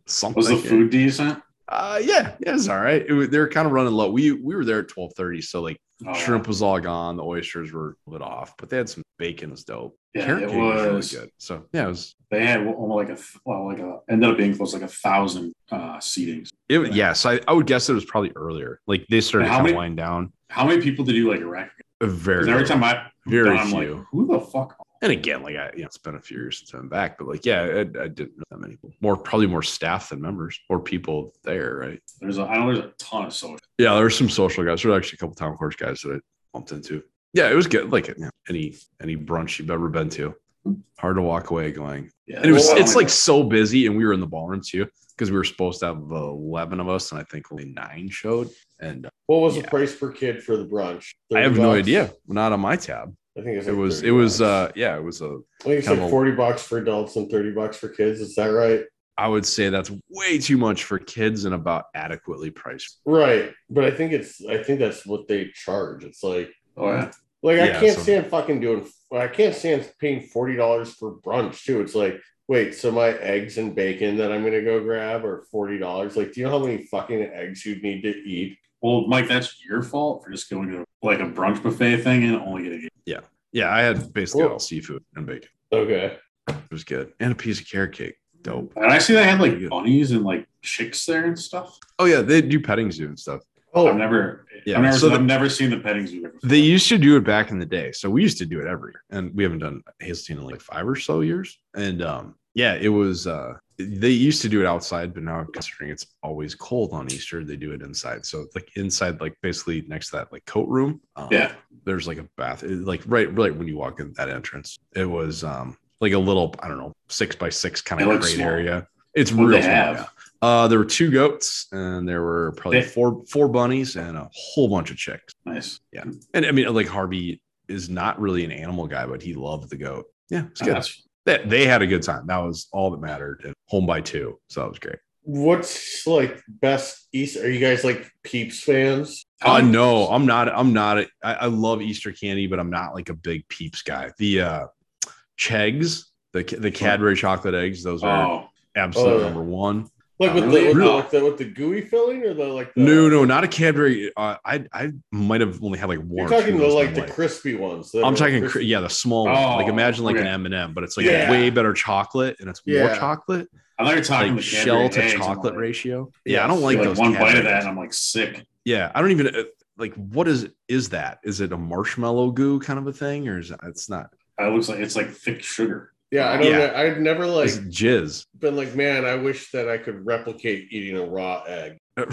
[SPEAKER 3] something.
[SPEAKER 2] Was the
[SPEAKER 3] here.
[SPEAKER 2] food decent?
[SPEAKER 3] Uh, yeah, yeah, it's all right. It, wa- they were kind of running low. We we were there at twelve thirty, so like
[SPEAKER 2] Oh,
[SPEAKER 3] shrimp was all gone, the oysters were a little off, but they had some bacon was dope.
[SPEAKER 2] Yeah,
[SPEAKER 3] Carrot
[SPEAKER 2] it
[SPEAKER 3] cake was.
[SPEAKER 2] was.
[SPEAKER 3] really good. So yeah, it was.
[SPEAKER 2] They had almost like a well, like a ended up being close to like a thousand uh, seatings.
[SPEAKER 3] It was- yeah. So I, I would guess it was probably earlier. Like they started
[SPEAKER 2] And how
[SPEAKER 3] kind of
[SPEAKER 2] many-
[SPEAKER 3] wind down.
[SPEAKER 2] How many people did you like a record?
[SPEAKER 3] Very
[SPEAKER 2] Because every time I
[SPEAKER 3] very
[SPEAKER 2] I'm
[SPEAKER 3] few.
[SPEAKER 2] like, who the fuck?
[SPEAKER 3] And again, like I, you know, it's been a few years since I'm back, but like, yeah, I, I didn't know that many people. More, probably more staff than members, more people there, right?
[SPEAKER 2] There's a I know there's a ton of social.
[SPEAKER 3] Yeah, there were some social guys. There were actually a couple town course guys that I bumped into. Yeah, it was good. Like you know, any any brunch you've ever been to, hard to walk away going.
[SPEAKER 2] Yeah,
[SPEAKER 3] And it was
[SPEAKER 2] there's a
[SPEAKER 3] it's
[SPEAKER 2] ton
[SPEAKER 3] like
[SPEAKER 2] of-
[SPEAKER 3] so busy, and we were in the ballroom too because we were supposed to have eleven of us, and I think only nine showed. And
[SPEAKER 7] What was
[SPEAKER 3] Yeah.
[SPEAKER 7] the price per kid for the brunch?
[SPEAKER 3] I
[SPEAKER 7] 30
[SPEAKER 3] have no
[SPEAKER 7] bucks?
[SPEAKER 3] idea. Not on my tab.
[SPEAKER 7] I think it's
[SPEAKER 3] It
[SPEAKER 7] like
[SPEAKER 3] was
[SPEAKER 7] 30
[SPEAKER 3] it was
[SPEAKER 7] bucks.
[SPEAKER 3] uh yeah it was a
[SPEAKER 7] I think it's
[SPEAKER 3] kind
[SPEAKER 7] like
[SPEAKER 3] of a-
[SPEAKER 7] forty bucks for adults and thirty bucks for kids. Is that right?
[SPEAKER 3] I would say that's way too much for kids and about adequately priced.
[SPEAKER 7] Right, but I think it's I think that's what they charge. It's like
[SPEAKER 2] Oh yeah.
[SPEAKER 7] like I
[SPEAKER 3] Yeah,
[SPEAKER 7] can't
[SPEAKER 3] so-
[SPEAKER 7] stand fucking doing I can't stand paying forty dollars for brunch too. It's like wait, so my eggs and bacon that I'm gonna go grab are forty dollars. Like, do you know how many fucking eggs you'd need to eat?
[SPEAKER 2] Well, Mike, that's your fault for just going to like a brunch buffet thing and only getting.
[SPEAKER 3] Yeah, I had basically
[SPEAKER 7] Cool.
[SPEAKER 3] all seafood and bacon.
[SPEAKER 7] Okay,
[SPEAKER 3] It was good and a piece of carrot cake. Dope.
[SPEAKER 2] And I see they had
[SPEAKER 3] Pretty
[SPEAKER 2] like
[SPEAKER 3] good.
[SPEAKER 2] bunnies and like chicks there and stuff.
[SPEAKER 3] Oh yeah, they do petting zoo and stuff.
[SPEAKER 7] oh,
[SPEAKER 2] I've never,
[SPEAKER 3] Yeah,
[SPEAKER 2] I've never,
[SPEAKER 3] so
[SPEAKER 2] I've
[SPEAKER 3] the-
[SPEAKER 2] never seen the petting zoo. before.
[SPEAKER 3] They used to do it back in the day. So we used to do it every year. And we haven't done Hazeltine in like five or so years. And um, yeah, it was uh they used to do it outside, but now considering it's always cold on Easter, they do it inside. So like inside, like basically next to that like coat room. Um,
[SPEAKER 2] Yeah.
[SPEAKER 3] There's like a bath, it- like right, right when you walk in that entrance. It was um like a little, I don't know, six by six kind
[SPEAKER 2] It
[SPEAKER 3] of
[SPEAKER 2] looks
[SPEAKER 3] great
[SPEAKER 2] small.
[SPEAKER 3] area. It's
[SPEAKER 2] What'd
[SPEAKER 3] real
[SPEAKER 2] they
[SPEAKER 3] small,
[SPEAKER 2] have?
[SPEAKER 3] yeah. Uh, there were two goats, and there were probably
[SPEAKER 2] They-
[SPEAKER 3] four four bunnies and a whole bunch of chicks.
[SPEAKER 2] Nice.
[SPEAKER 3] And I mean, like Harvey is not really an animal guy, but he loved the goat. Yeah, it's
[SPEAKER 2] Uh,
[SPEAKER 3] good.
[SPEAKER 2] that's-
[SPEAKER 3] They, they had a good time. That was all that mattered. And home by two, so that was great.
[SPEAKER 7] what's like best East? Are you guys like Peeps fans?
[SPEAKER 3] Uh,
[SPEAKER 2] Um,
[SPEAKER 3] no, I'm not. I'm not. A, I, I love Easter candy, but I'm not like a big Peeps guy. The uh Chegs, the the Cadbury chocolate eggs, those are
[SPEAKER 2] Oh,
[SPEAKER 3] absolute
[SPEAKER 7] Oh, yeah.
[SPEAKER 3] number one.
[SPEAKER 7] Like with,
[SPEAKER 2] Really?
[SPEAKER 7] the, with, the,
[SPEAKER 2] No.
[SPEAKER 7] with, the, with the gooey filling or the like? The,
[SPEAKER 3] No, no, not a Cadbury. Uh, I I might have only had like one.
[SPEAKER 7] You're
[SPEAKER 3] or
[SPEAKER 7] talking
[SPEAKER 3] two
[SPEAKER 7] the
[SPEAKER 3] of those in
[SPEAKER 7] like
[SPEAKER 3] my
[SPEAKER 7] the
[SPEAKER 3] life.
[SPEAKER 7] crispy ones. that
[SPEAKER 3] I'm
[SPEAKER 7] are
[SPEAKER 3] talking, cr-
[SPEAKER 7] crispy.
[SPEAKER 3] yeah, the small. one.
[SPEAKER 2] Oh,
[SPEAKER 3] like imagine like an
[SPEAKER 2] okay.
[SPEAKER 3] M and m but it's like
[SPEAKER 7] Yeah.
[SPEAKER 3] way better chocolate, and it's more
[SPEAKER 7] Yeah.
[SPEAKER 3] chocolate.
[SPEAKER 2] I thought you were talking
[SPEAKER 3] like
[SPEAKER 2] the
[SPEAKER 3] shell
[SPEAKER 2] Cadbury
[SPEAKER 3] to
[SPEAKER 2] eggs. I'm
[SPEAKER 3] chocolate
[SPEAKER 2] like,
[SPEAKER 3] ratio.
[SPEAKER 7] Yeah,
[SPEAKER 3] Yeah, I don't like,
[SPEAKER 2] like
[SPEAKER 3] those.
[SPEAKER 2] one bite of
[SPEAKER 3] Cadbury
[SPEAKER 2] that,
[SPEAKER 3] eggs.
[SPEAKER 2] and I'm like sick.
[SPEAKER 3] Yeah, I don't even uh, like. What is is that? Is it a marshmallow goo kind of a thing, or is it, it's not?
[SPEAKER 2] It looks like it's like thick sugar.
[SPEAKER 7] Yeah, I don't.
[SPEAKER 3] Yeah.
[SPEAKER 7] Know, I've never like
[SPEAKER 3] It's jizz.
[SPEAKER 7] been like, man, I wish that I could replicate eating a raw egg.
[SPEAKER 3] yeah,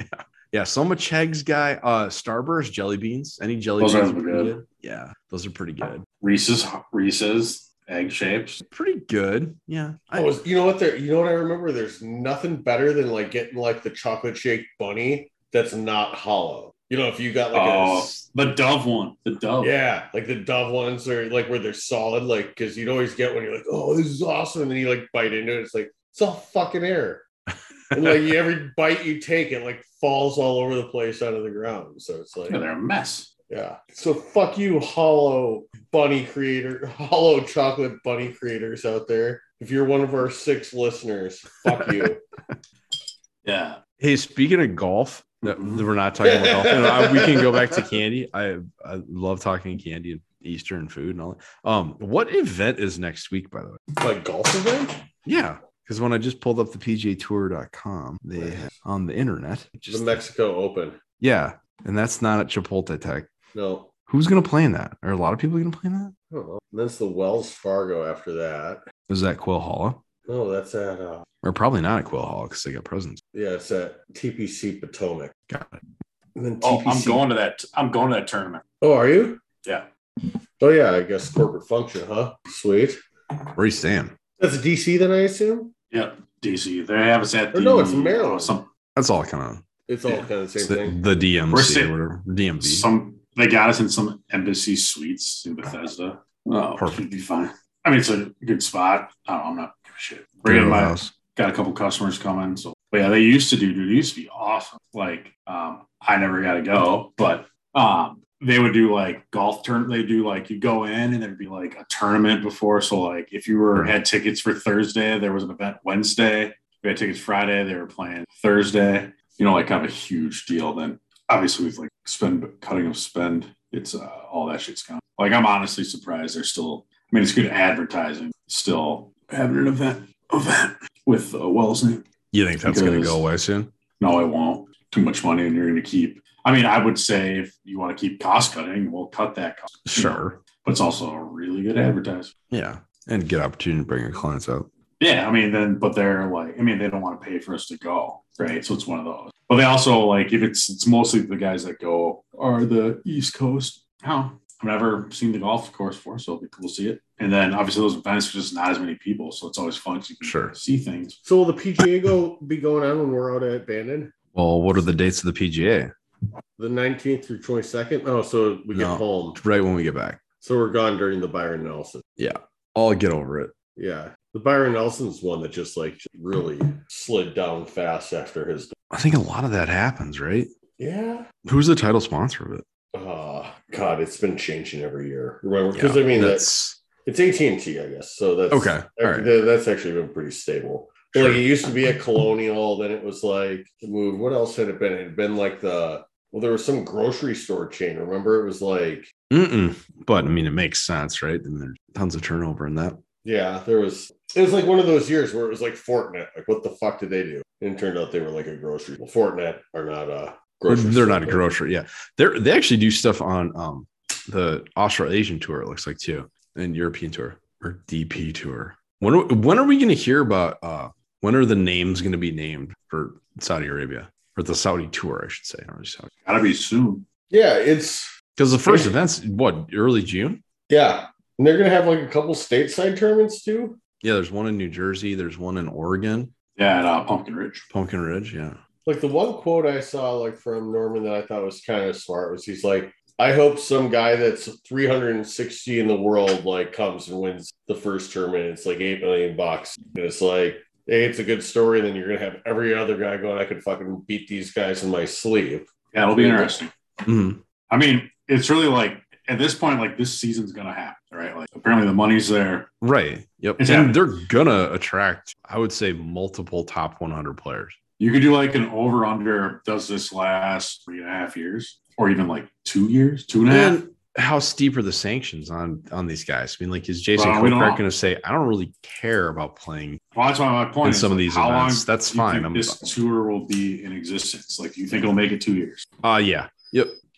[SPEAKER 3] yeah, yeah. So I'm a Chegg's guy. Uh, Starburst jelly beans. Any jelly
[SPEAKER 2] Those
[SPEAKER 3] beans?
[SPEAKER 2] are
[SPEAKER 3] are pretty
[SPEAKER 2] good.
[SPEAKER 3] good. Yeah, those are pretty good.
[SPEAKER 2] Reese's, Reese's egg shapes.
[SPEAKER 3] Pretty good. Yeah.
[SPEAKER 7] I was, you know what? There, you know what I remember. There's nothing better than like getting like the chocolate shake bunny that's not hollow. You know, if you got like a
[SPEAKER 2] Oh.
[SPEAKER 7] s-
[SPEAKER 2] The Dove one. The Dove.
[SPEAKER 7] yeah, like the dove ones are like where they're solid, like because you'd always get one. You're like, oh, this is awesome, and then you like bite into it. It's like it's all fucking air. and like you, every bite you take, it like falls all over the place out of the ground. So it's like,
[SPEAKER 2] Yeah, they're a mess.
[SPEAKER 7] Yeah. So fuck you, hollow bunny creator, hollow chocolate bunny creators out there. If you're one of our six listeners, fuck you.
[SPEAKER 2] Yeah.
[SPEAKER 3] Hey, speaking of golf, that- that we're not talking about golf. And I- we can go back to candy. I I love talking candy and Easter and food and all that. Um, what event is next week, by the way?
[SPEAKER 7] like golf event?
[SPEAKER 3] Yeah, because when I just pulled up the PGAtour.com, they have on the internet. Just,
[SPEAKER 7] the Mexico Open.
[SPEAKER 3] yeah, and that's not at Chipotle Tech.
[SPEAKER 7] No.
[SPEAKER 3] Who's gonna play in that? Are a lot of people gonna play in that?
[SPEAKER 7] I don't know. And that's the Wells Fargo after that.
[SPEAKER 3] Is that Quill Hollow?
[SPEAKER 7] No, that's at uh
[SPEAKER 3] Or probably not at Quill Hollow because they got presents.
[SPEAKER 7] yeah, it's at TPC Potomac.
[SPEAKER 3] Got it.
[SPEAKER 7] And then
[SPEAKER 2] Oh,
[SPEAKER 7] TPC.
[SPEAKER 2] I'm going to that. I'm going to that tournament.
[SPEAKER 7] Oh, are you?
[SPEAKER 2] Yeah.
[SPEAKER 7] Oh yeah, I guess corporate function, huh? Sweet.
[SPEAKER 3] Where are you staying?
[SPEAKER 7] That's DC then I assume?
[SPEAKER 2] Yep. DC. They have us at
[SPEAKER 7] Or
[SPEAKER 2] the.
[SPEAKER 7] no, it's Maryland.
[SPEAKER 2] Some
[SPEAKER 3] That's all kind
[SPEAKER 7] It's all
[SPEAKER 2] Yeah.
[SPEAKER 7] kind of the
[SPEAKER 3] of
[SPEAKER 7] same thing.
[SPEAKER 3] the, the DMC
[SPEAKER 2] We're
[SPEAKER 3] or
[SPEAKER 2] staying-
[SPEAKER 3] whatever DMV.
[SPEAKER 2] some. They got us in some embassy suites in Bethesda. Oh,
[SPEAKER 3] Perfect.
[SPEAKER 2] Perfect. Be fine. I mean, it's a good spot. I don't know, I'm not giving a shit. Bring in
[SPEAKER 3] Barrel
[SPEAKER 7] uh,
[SPEAKER 2] my
[SPEAKER 3] House.
[SPEAKER 2] got a couple customers coming. So, but yeah, they used to do, dude, it used to be awesome. Like, um, I never got to go, but um, they would do like golf turn. They do like you go in and there'd be like a tournament before. So, like, if you were had tickets for Thursday, there was an event Wednesday. We had tickets Friday. They were playing Thursday. You know, like kind of a huge deal. Then obviously with like spend cutting of spend, it's uh, all that shit's gone. Like, I'm honestly surprised they're still. I mean, it's good advertising still having an event event with uh, Wellesley.
[SPEAKER 3] You think that's gonna
[SPEAKER 2] Because-
[SPEAKER 3] go away soon?
[SPEAKER 2] No, I won't. Too much money, and you're going to keep. I mean, I would say if you want to keep cost cutting, we'll cut that cost.
[SPEAKER 3] Sure.
[SPEAKER 2] but it's also a really good advertiser.
[SPEAKER 3] Yeah. And get opportunity to bring your clients out.
[SPEAKER 2] Yeah, I mean, then, but they're like, I mean, they don't want to pay for us to go, right? So it's one of those. But they also like, if it's it's mostly the guys that go are the East Coast. How I've never seen the golf course before, so it'll be cool to see it. And then obviously those events are just not as many people, so it's always fun 'cause you can
[SPEAKER 3] Sure.
[SPEAKER 2] see things.
[SPEAKER 7] So will the PGA go be going on when we're out at Bandon?
[SPEAKER 3] Well, what are the dates of the PGA?
[SPEAKER 7] The 19th through 22nd? Oh, so we get
[SPEAKER 3] No.
[SPEAKER 7] home.
[SPEAKER 3] Right when we get back.
[SPEAKER 7] So we're gone during the Byron Nelson.
[SPEAKER 3] I'll get over it.
[SPEAKER 7] Yeah. The Byron Nelson's one that just like really slid down fast after his.
[SPEAKER 3] I think a lot of that happens, right?
[SPEAKER 7] Yeah.
[SPEAKER 3] Who's the title sponsor of it?
[SPEAKER 7] Uh, God, it's been changing every year. Remember? Because I mean, that's
[SPEAKER 3] that's
[SPEAKER 7] it's AT and T, I guess. So that's
[SPEAKER 3] okay. All right.
[SPEAKER 7] that- That's actually been pretty stable.
[SPEAKER 3] Sure.
[SPEAKER 7] Like it used to be a colonial, then it was like the move. What else had it been? It had been like the well, there was some grocery store chain. Remember, it was like
[SPEAKER 3] Mm-mm. But I mean, it makes sense, right? And there's tons of turnover in that.
[SPEAKER 7] yeah, there was. It was like one of those years where it was like Fortinet. Like, what the fuck did they do? And it turned out they were like a grocery. Well, Fortinet are not a grocery.
[SPEAKER 3] They're
[SPEAKER 7] store,
[SPEAKER 3] not a
[SPEAKER 7] but-
[SPEAKER 3] grocery. Yeah. They're, they actually do stuff on um, the Australasian tour, it looks like, too, and European tour or DP tour. When are, when are we going to hear about uh, when are the names going to be named for Saudi Arabia or the Saudi tour, I should say? not really Saudi.
[SPEAKER 2] Gotta be soon.
[SPEAKER 7] Yeah, it's
[SPEAKER 3] Because the first event's what, early June?
[SPEAKER 7] yeah, and they're gonna have like a couple stateside tournaments too.
[SPEAKER 3] Yeah. There's one in New Jersey, there's one in Oregon,
[SPEAKER 2] Yeah, at uh, Pumpkin Ridge.
[SPEAKER 3] Pumpkin Ridge. Yeah.
[SPEAKER 7] like the one quote I saw like from Norman that I thought was kind of smart was he's like, I hope some guy that's 360 in the world like comes and wins the first tournament. It's like eight million bucks. And it's like, hey, it's a good story. Then you're gonna have every other guy going, I could fucking beat these guys in my sleep.
[SPEAKER 2] Yeah, it'll be interesting.
[SPEAKER 3] Mhm.
[SPEAKER 2] I mean, it's really like at this point, like this season's gonna happen, right? Like apparently the money's there.
[SPEAKER 3] Right. Yep.
[SPEAKER 2] It's
[SPEAKER 3] and
[SPEAKER 2] happening.
[SPEAKER 3] they're gonna attract, I would say, multiple top 100 players.
[SPEAKER 2] You could do like an over under. Does this last three and a half years, or even like two years, two and a half?
[SPEAKER 3] And how steep are the sanctions on on these guys? I mean, like, is Jason
[SPEAKER 2] Well,
[SPEAKER 3] well,
[SPEAKER 2] we don't know.
[SPEAKER 3] going to say, "I don't really care about playing
[SPEAKER 2] Well, that's why my point
[SPEAKER 3] in
[SPEAKER 2] is
[SPEAKER 3] some of
[SPEAKER 2] like,
[SPEAKER 3] these
[SPEAKER 2] how long
[SPEAKER 3] events"? That's
[SPEAKER 2] do you
[SPEAKER 3] fine.
[SPEAKER 2] think
[SPEAKER 3] I'm,
[SPEAKER 2] this tour will be in existence. Like, do you think it'll make it two years?
[SPEAKER 3] uh, yeah,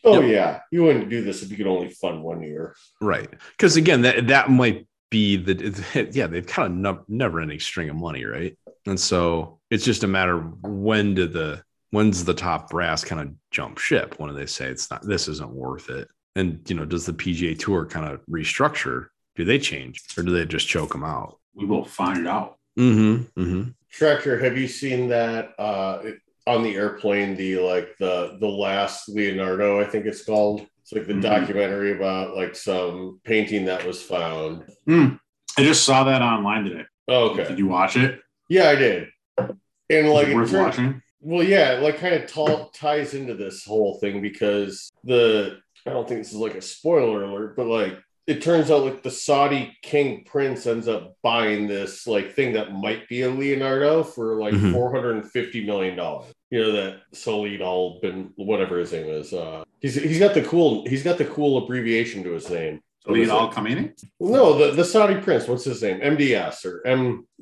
[SPEAKER 7] Oh
[SPEAKER 3] Yep.
[SPEAKER 7] yeah. You wouldn't do this if you could only fund one year.
[SPEAKER 3] right. Because again, that that might be the yeah they've kind of nub never-ending string of money, right? And so it's just a matter of when do the when's the top brass kind of jump ship? When do they say it's not this isn't worth it? And you know, does the PGA Tour kind of restructure? Do they change or do they just choke them out?
[SPEAKER 2] We will find out.
[SPEAKER 3] Mm-hmm. Mm-hmm.
[SPEAKER 7] Tractor, have you seen that uh on the airplane, the like the the last Leonardo, I think it's called. It's like the
[SPEAKER 2] Mhm.
[SPEAKER 7] documentary about like some painting that was found.
[SPEAKER 2] Hmm. I just saw that online today.
[SPEAKER 7] Oh,
[SPEAKER 2] Did
[SPEAKER 7] okay.
[SPEAKER 2] you watch it?
[SPEAKER 7] Yeah, I did. And
[SPEAKER 2] Like,
[SPEAKER 7] like
[SPEAKER 2] it
[SPEAKER 7] it
[SPEAKER 2] worth
[SPEAKER 7] turns-
[SPEAKER 2] watching?
[SPEAKER 7] well, yeah, it, like kind of t- ties into this whole thing because the I don't think this is like a spoiler alert, but like it turns out like the Saudi king prince ends up buying this like thing that might be a Leonardo for like
[SPEAKER 3] Mhm.
[SPEAKER 7] hundred and fifty million dollars. You know that Salid Al bin whatever his name is. Uh, he's he's got the cool he's got the cool abbreviation to his name.
[SPEAKER 2] So
[SPEAKER 7] What is
[SPEAKER 2] it all
[SPEAKER 7] it?
[SPEAKER 2] come in it?
[SPEAKER 7] No, the, the Saudi prince. What's his name? MDS or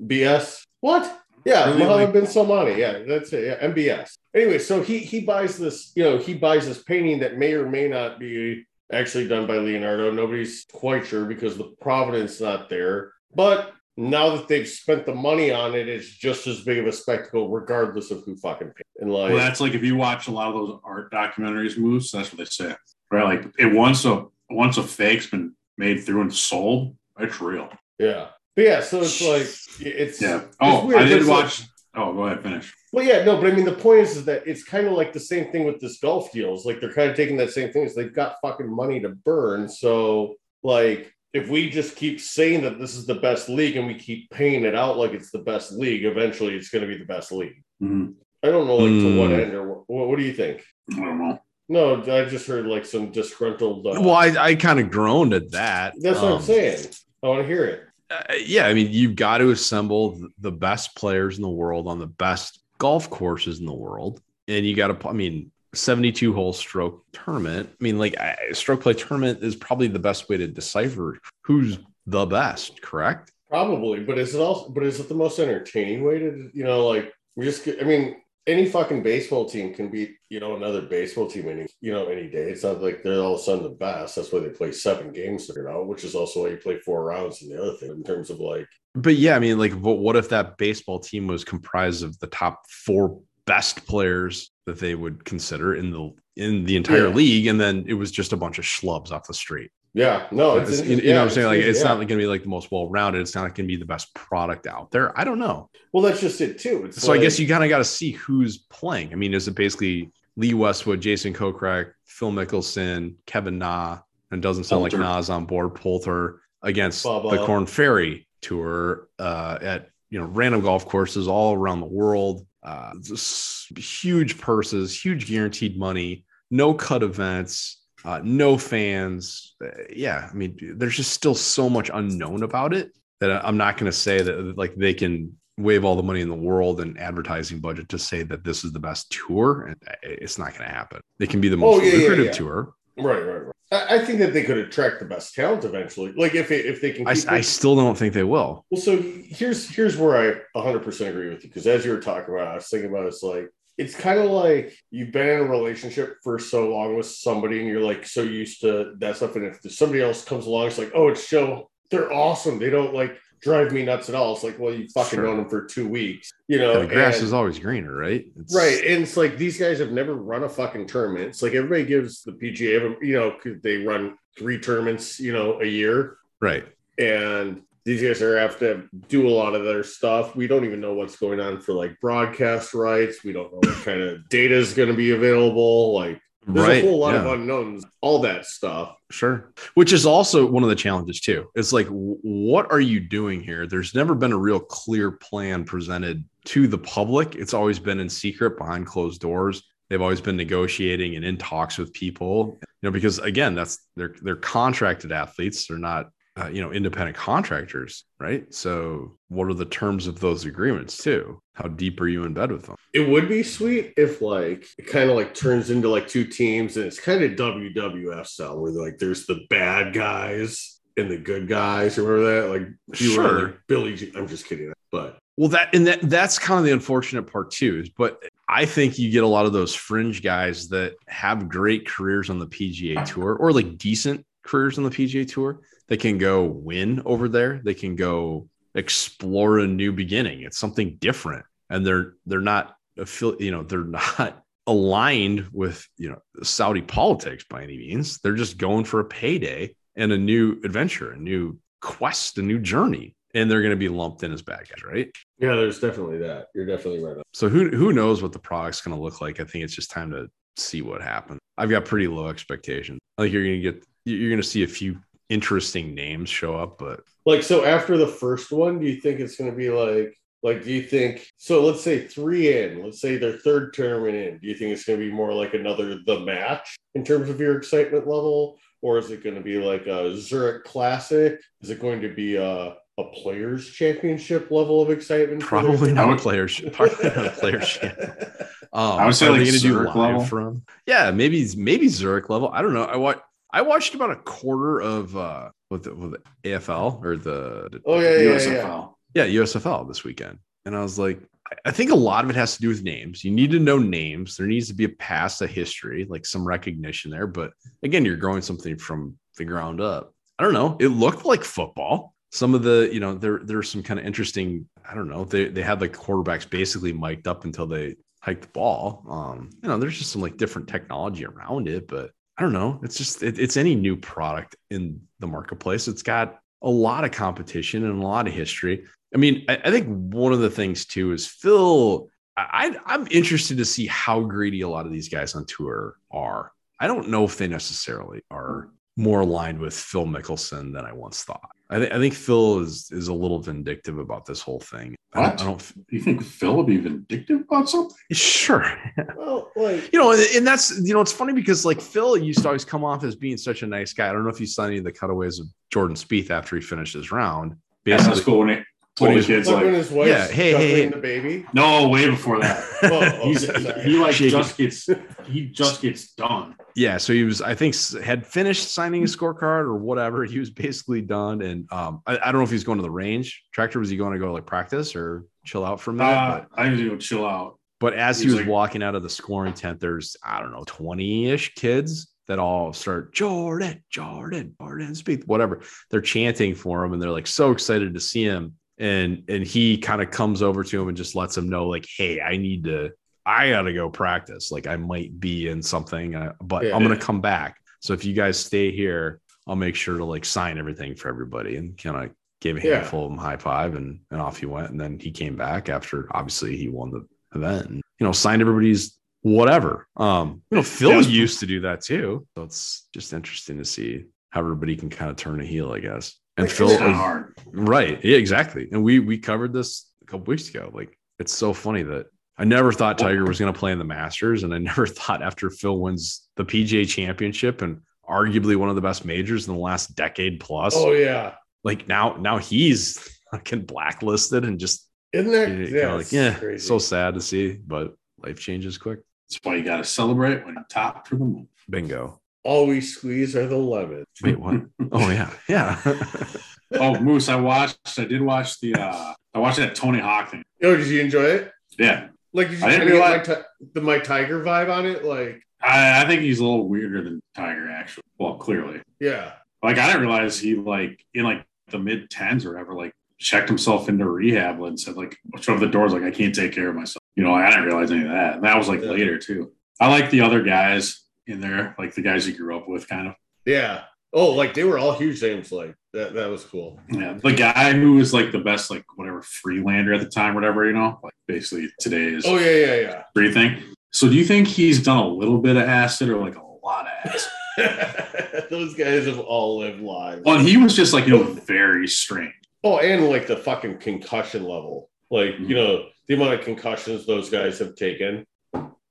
[SPEAKER 7] MBS? What? Yeah,
[SPEAKER 2] Really,
[SPEAKER 7] Mohammed
[SPEAKER 2] like-
[SPEAKER 7] bin Salmani. Yeah, that's it. Yeah, MBS. Anyway, so he he buys this. You know, he buys this painting that may or may not be actually done by Leonardo. Nobody's quite sure because the provenance not there. But now that they've spent the money on it, it's just as big of a spectacle, regardless of who fucking paid. it. And like,
[SPEAKER 2] Well, that's like if you watch a lot of those art documentaries, moves. That's what they say, right? Like it once a once a fake's been made through and sold, it's real.
[SPEAKER 7] yeah, but yeah. So it's like it's
[SPEAKER 2] Yeah.
[SPEAKER 7] it's
[SPEAKER 2] Oh,
[SPEAKER 7] weird,
[SPEAKER 2] I
[SPEAKER 7] but
[SPEAKER 2] did
[SPEAKER 7] it's like-
[SPEAKER 2] watch. oh, go ahead, finish.
[SPEAKER 7] Well, yeah, no, but I mean, the point is, is that it's kind of like the same thing with this golf deal. It's like they're kind of taking that same thing. Is they've got fucking money to burn. So, like, if we just keep saying that this is the best league and we keep paying it out like it's the best league, eventually it's going to be the best league.
[SPEAKER 2] Mhm.
[SPEAKER 7] I don't know, like, to what
[SPEAKER 3] Hmm.
[SPEAKER 7] end or what, what do you think?
[SPEAKER 2] I don't know.
[SPEAKER 7] No, I just heard like some disgruntled. Uh,
[SPEAKER 3] Well, I, I kind of groaned at that.
[SPEAKER 7] that's what
[SPEAKER 3] Um,
[SPEAKER 7] I'm saying. I want to hear it.
[SPEAKER 3] uh, yeah, I mean, you've got to assemble th- the best players in the world on the best golf courses in the world, and you got to. I mean, seventy-two hole stroke tournament. I mean, like I- stroke play tournament is probably the best way to decipher who's the best. Correct?
[SPEAKER 7] Probably, but is it also? But is it the most entertaining way to you know like we just? get- I mean, any fucking baseball team can beat you know another baseball team any you know any day. It's not like they're all of a sudden the best. That's why they play seven games to get out, which is also why you play four rounds. And the other thing in terms of like
[SPEAKER 3] But yeah, I mean, like, but what if that baseball team was comprised of the top four best players that they would consider in the in the entire
[SPEAKER 7] Yeah.
[SPEAKER 3] league, and then it was just a bunch of schlubs off the street?
[SPEAKER 7] yeah no
[SPEAKER 3] It's-
[SPEAKER 7] it's-
[SPEAKER 3] you, you
[SPEAKER 7] yeah,
[SPEAKER 3] know what I'm saying? Like, it's
[SPEAKER 7] yeah.
[SPEAKER 3] not going to be like the most well rounded. It's not going to be the best product out there. I don't know.
[SPEAKER 7] well that's just it too. It's
[SPEAKER 3] So I
[SPEAKER 7] like-
[SPEAKER 3] guess you kind of got to see who's playing. I mean, is it basically Lee Westwood, Jason Kokrak, Phil Mickelson, Kevin Na, and it doesn't sound
[SPEAKER 2] Poulter.
[SPEAKER 3] like Na's on board Poulter against
[SPEAKER 7] Bubba.
[SPEAKER 3] the Corn Ferry Tour uh, at you know random golf courses all around the world. Uh, s- huge purses, huge guaranteed money, no cut events, uh, no fans. Uh, yeah, I mean, there's just still so much unknown about it that I- I'm not going to say that like they can wave all the money in the world and advertising budget to say that this is the best tour and I- it's not going to happen it can be the most
[SPEAKER 7] Oh, yeah, yeah,
[SPEAKER 3] lucrative
[SPEAKER 7] yeah.
[SPEAKER 3] tour
[SPEAKER 7] right right right. I, I think that they could attract the best talent eventually. Like if it, if they can
[SPEAKER 3] I,
[SPEAKER 7] keep
[SPEAKER 3] I
[SPEAKER 7] it-
[SPEAKER 3] still don't think they will
[SPEAKER 7] Well, so here's here's where I 100% agree with you because as you were talking about, it, I was thinking about it, it's like it's kind of like you've been in a relationship for so long with somebody, and you're like so used to that stuff, and if somebody else comes along, it's like, oh, it's Joe. They're awesome. They don't like drive me nuts at all. It's like, well, you fucking
[SPEAKER 3] Sure.
[SPEAKER 7] known them for two weeks, you
[SPEAKER 3] And
[SPEAKER 7] know.
[SPEAKER 3] the grass
[SPEAKER 7] and-
[SPEAKER 3] is always greener right It's-
[SPEAKER 7] Right. And it's like these guys have never run a fucking tournament. It's like everybody gives the PGA, of 'em, you know, 'cause they run three tournaments, you know, a year
[SPEAKER 3] right
[SPEAKER 7] and these guys are have to do a lot of their stuff. We don't even know what's going on for like broadcast rights. We don't know what kind of data is going to be available. Like there's
[SPEAKER 3] right
[SPEAKER 7] a whole lot
[SPEAKER 3] yeah.
[SPEAKER 7] of unknowns, all that stuff.
[SPEAKER 3] Sure. Which is also one of the challenges too. It's like, w- what are you doing here? There's never been a real clear plan presented to the public. It's always been in secret behind closed doors. They've always been negotiating and in talks with people, you know, because again, that's they're they're contracted athletes. They're not, uh, you know, independent contractors, right? So, what are the terms of those agreements too? How deep are you in bed with them?
[SPEAKER 7] It would be sweet if like it kind of like turns into like two teams and it's kind of WWF style where like there's the bad guys and the good guys. Remember that? Like you were on,
[SPEAKER 3] Sure.
[SPEAKER 7] like, Billy. G- I'm just kidding, but
[SPEAKER 3] Well, that and that that's kind of the unfortunate part too. Is but I think you get a lot of those fringe guys that have great careers on the PGA tour or like decent careers on the PGA tour that can go win over there. They can go explore a new beginning. It's something different, and they're they're not affili- you know they're not aligned with you know Saudi politics by any means. They're just going for a payday and a new adventure, a new quest, a new journey, and they're going to be lumped in as bad guys, right?
[SPEAKER 7] yeah, there's definitely that. You're definitely right. on
[SPEAKER 3] So who who knows what the product's going to look like? I think it's just time to see what happens. I've got pretty low expectations. I think you're going to get you're going to see a few interesting names show up, but
[SPEAKER 7] Like, so after the first one, do you think it's going to be like, like, do you think, so let's say three in, let's say their third tournament in, do you think it's going to be more like another the match in terms of your excitement level? Or is it going to be like a Zurich Classic? Is it going to be a, a players' championship level of excitement? for their-
[SPEAKER 3] probably
[SPEAKER 2] I
[SPEAKER 3] not a
[SPEAKER 2] would-
[SPEAKER 3] player probably not a player channel. Um,
[SPEAKER 2] I would say
[SPEAKER 3] are
[SPEAKER 2] like
[SPEAKER 3] they gonna
[SPEAKER 2] Zurich level.
[SPEAKER 3] from? Yeah, maybe maybe Zurich level. I don't know. I watch I watched about a quarter of uh with the, with the AFL or the, the
[SPEAKER 7] Oh, yeah, yeah, yeah.
[SPEAKER 2] USFL.
[SPEAKER 3] yeah, USFL this weekend. And I was like, I- I think a lot of it has to do with names. You need to know names. There needs to be a past, a history, like some recognition there. But again, you're growing something from the ground up. I don't know. It looked like football. Some of the, you know, there there's some kind of interesting, I don't know. They they had the quarterbacks basically mic'd up until they hiked the ball. Um, you know, there's just some like different technology around it, but I don't know. It's just it, it's any new product in the marketplace. It's got a lot of competition and a lot of history. I mean, I, I think one of the things too is Phil. I, I- I'm interested to see how greedy a lot of these guys on tour are. I don't know if they necessarily are more aligned with Phil Mickelson than I once thought. I, thi- I think Phil is is a little vindictive about this whole thing. I don't-
[SPEAKER 2] What?
[SPEAKER 3] I don't
[SPEAKER 2] You think Phil would be vindictive about something?
[SPEAKER 3] sure.
[SPEAKER 7] Well, like,
[SPEAKER 3] you know, and, and that's you know, it's funny because like Phil used to always come off as being such a nice guy. I don't know if you saw any of the cutaways of Jordan Spieth after he finished his round.
[SPEAKER 2] Yeah, that's cool when it told
[SPEAKER 3] What
[SPEAKER 2] the
[SPEAKER 3] is-
[SPEAKER 2] kids
[SPEAKER 7] like when
[SPEAKER 2] like,
[SPEAKER 7] his wife's
[SPEAKER 3] Yeah, hey, hey,
[SPEAKER 7] cuddling
[SPEAKER 3] hey.
[SPEAKER 7] the baby.
[SPEAKER 2] no, way before that.
[SPEAKER 7] Oh, oh,
[SPEAKER 2] He's,
[SPEAKER 7] sorry.
[SPEAKER 2] he like
[SPEAKER 3] Shake it.
[SPEAKER 2] just gets he just gets done.
[SPEAKER 3] yeah so he was i think s- had finished signing a scorecard or whatever he was basically done and um i, I don't know if he's going to the range tractor was he going to go like practice or chill out for a minute
[SPEAKER 2] Uh,
[SPEAKER 3] but,
[SPEAKER 2] I need to go chill out.
[SPEAKER 3] But as he
[SPEAKER 2] He's
[SPEAKER 3] was
[SPEAKER 2] like-
[SPEAKER 3] walking out of the scoring tent, there's I don't know twenty ish kids that all start Jordan, Jordan, Jordan, speak whatever. They're chanting for him, and they're like so excited to see him. And and he kind of comes over to him and just lets him know like, hey, I need to, I gotta go practice. Like I might be in something, uh, but I'm gonna come back. So if you guys stay here, I'll make sure to like sign everything for everybody and kind of gave a
[SPEAKER 7] Yeah.
[SPEAKER 3] handful of them high five and, and off he went. And then he came back after obviously he won the event and you know signed everybody's whatever. Um, you know, Phil
[SPEAKER 2] Yeah.
[SPEAKER 3] used to do that too. So it's just interesting to see how everybody can kind of turn a heel, I guess. And
[SPEAKER 7] Like,
[SPEAKER 3] Phil
[SPEAKER 2] It's not
[SPEAKER 3] is-
[SPEAKER 2] hard.
[SPEAKER 3] right. Yeah, exactly. And we we covered this a couple weeks ago. Like it's so funny that I never thought Tiger was going to play in the Masters, and I never thought after Phil wins the PGA Championship and arguably one of the best majors in the last decade plus,
[SPEAKER 7] Oh yeah,
[SPEAKER 3] like now now he's fucking blacklisted and just
[SPEAKER 7] isn't
[SPEAKER 3] yeah,
[SPEAKER 7] that yeah?
[SPEAKER 3] kinda like
[SPEAKER 7] it's
[SPEAKER 3] yeah,
[SPEAKER 7] crazy.
[SPEAKER 3] so sad to see, but life changes quick.
[SPEAKER 2] That's why you got to celebrate when you're top for the moment.
[SPEAKER 3] Bingo.
[SPEAKER 7] all we squeeze are the lemons.
[SPEAKER 3] Wait, what? oh yeah, yeah.
[SPEAKER 2] Oh, Moose, I watched. I did watch the. uh I watched that Tony Hawk thing.
[SPEAKER 7] Yo, Oh, did you enjoy it?
[SPEAKER 2] Yeah,
[SPEAKER 7] Like, did you
[SPEAKER 2] I didn't
[SPEAKER 7] kind of get my
[SPEAKER 2] realize-
[SPEAKER 7] ti- the my tiger vibe on it? Like,
[SPEAKER 2] I, I think he's a little weirder than Tiger. Actually, well, clearly,
[SPEAKER 7] yeah,
[SPEAKER 2] like I didn't realize he like in like the mid tens or whatever, like checked himself into rehab and said like shut up the doors, like I can't take care of myself. You know, I didn't realize any of that. And that was like
[SPEAKER 7] Yeah.
[SPEAKER 2] later too. I like the other guys in there, like the guys you grew up with, kind of.
[SPEAKER 7] yeah. Oh, like they were all huge names. Like that. That was cool.
[SPEAKER 2] Yeah, the guy who was like the best, like whatever freelander at the time, whatever you know, like basically today is
[SPEAKER 7] Oh yeah, yeah, yeah.
[SPEAKER 2] free thing. So do you think he's done a little bit of acid or like a lot of acid?
[SPEAKER 7] Those guys have all lived lives.
[SPEAKER 2] Well, he was just like you know very strange.
[SPEAKER 7] Oh, and like the fucking concussion level. Like, you know, the amount of concussions those guys have taken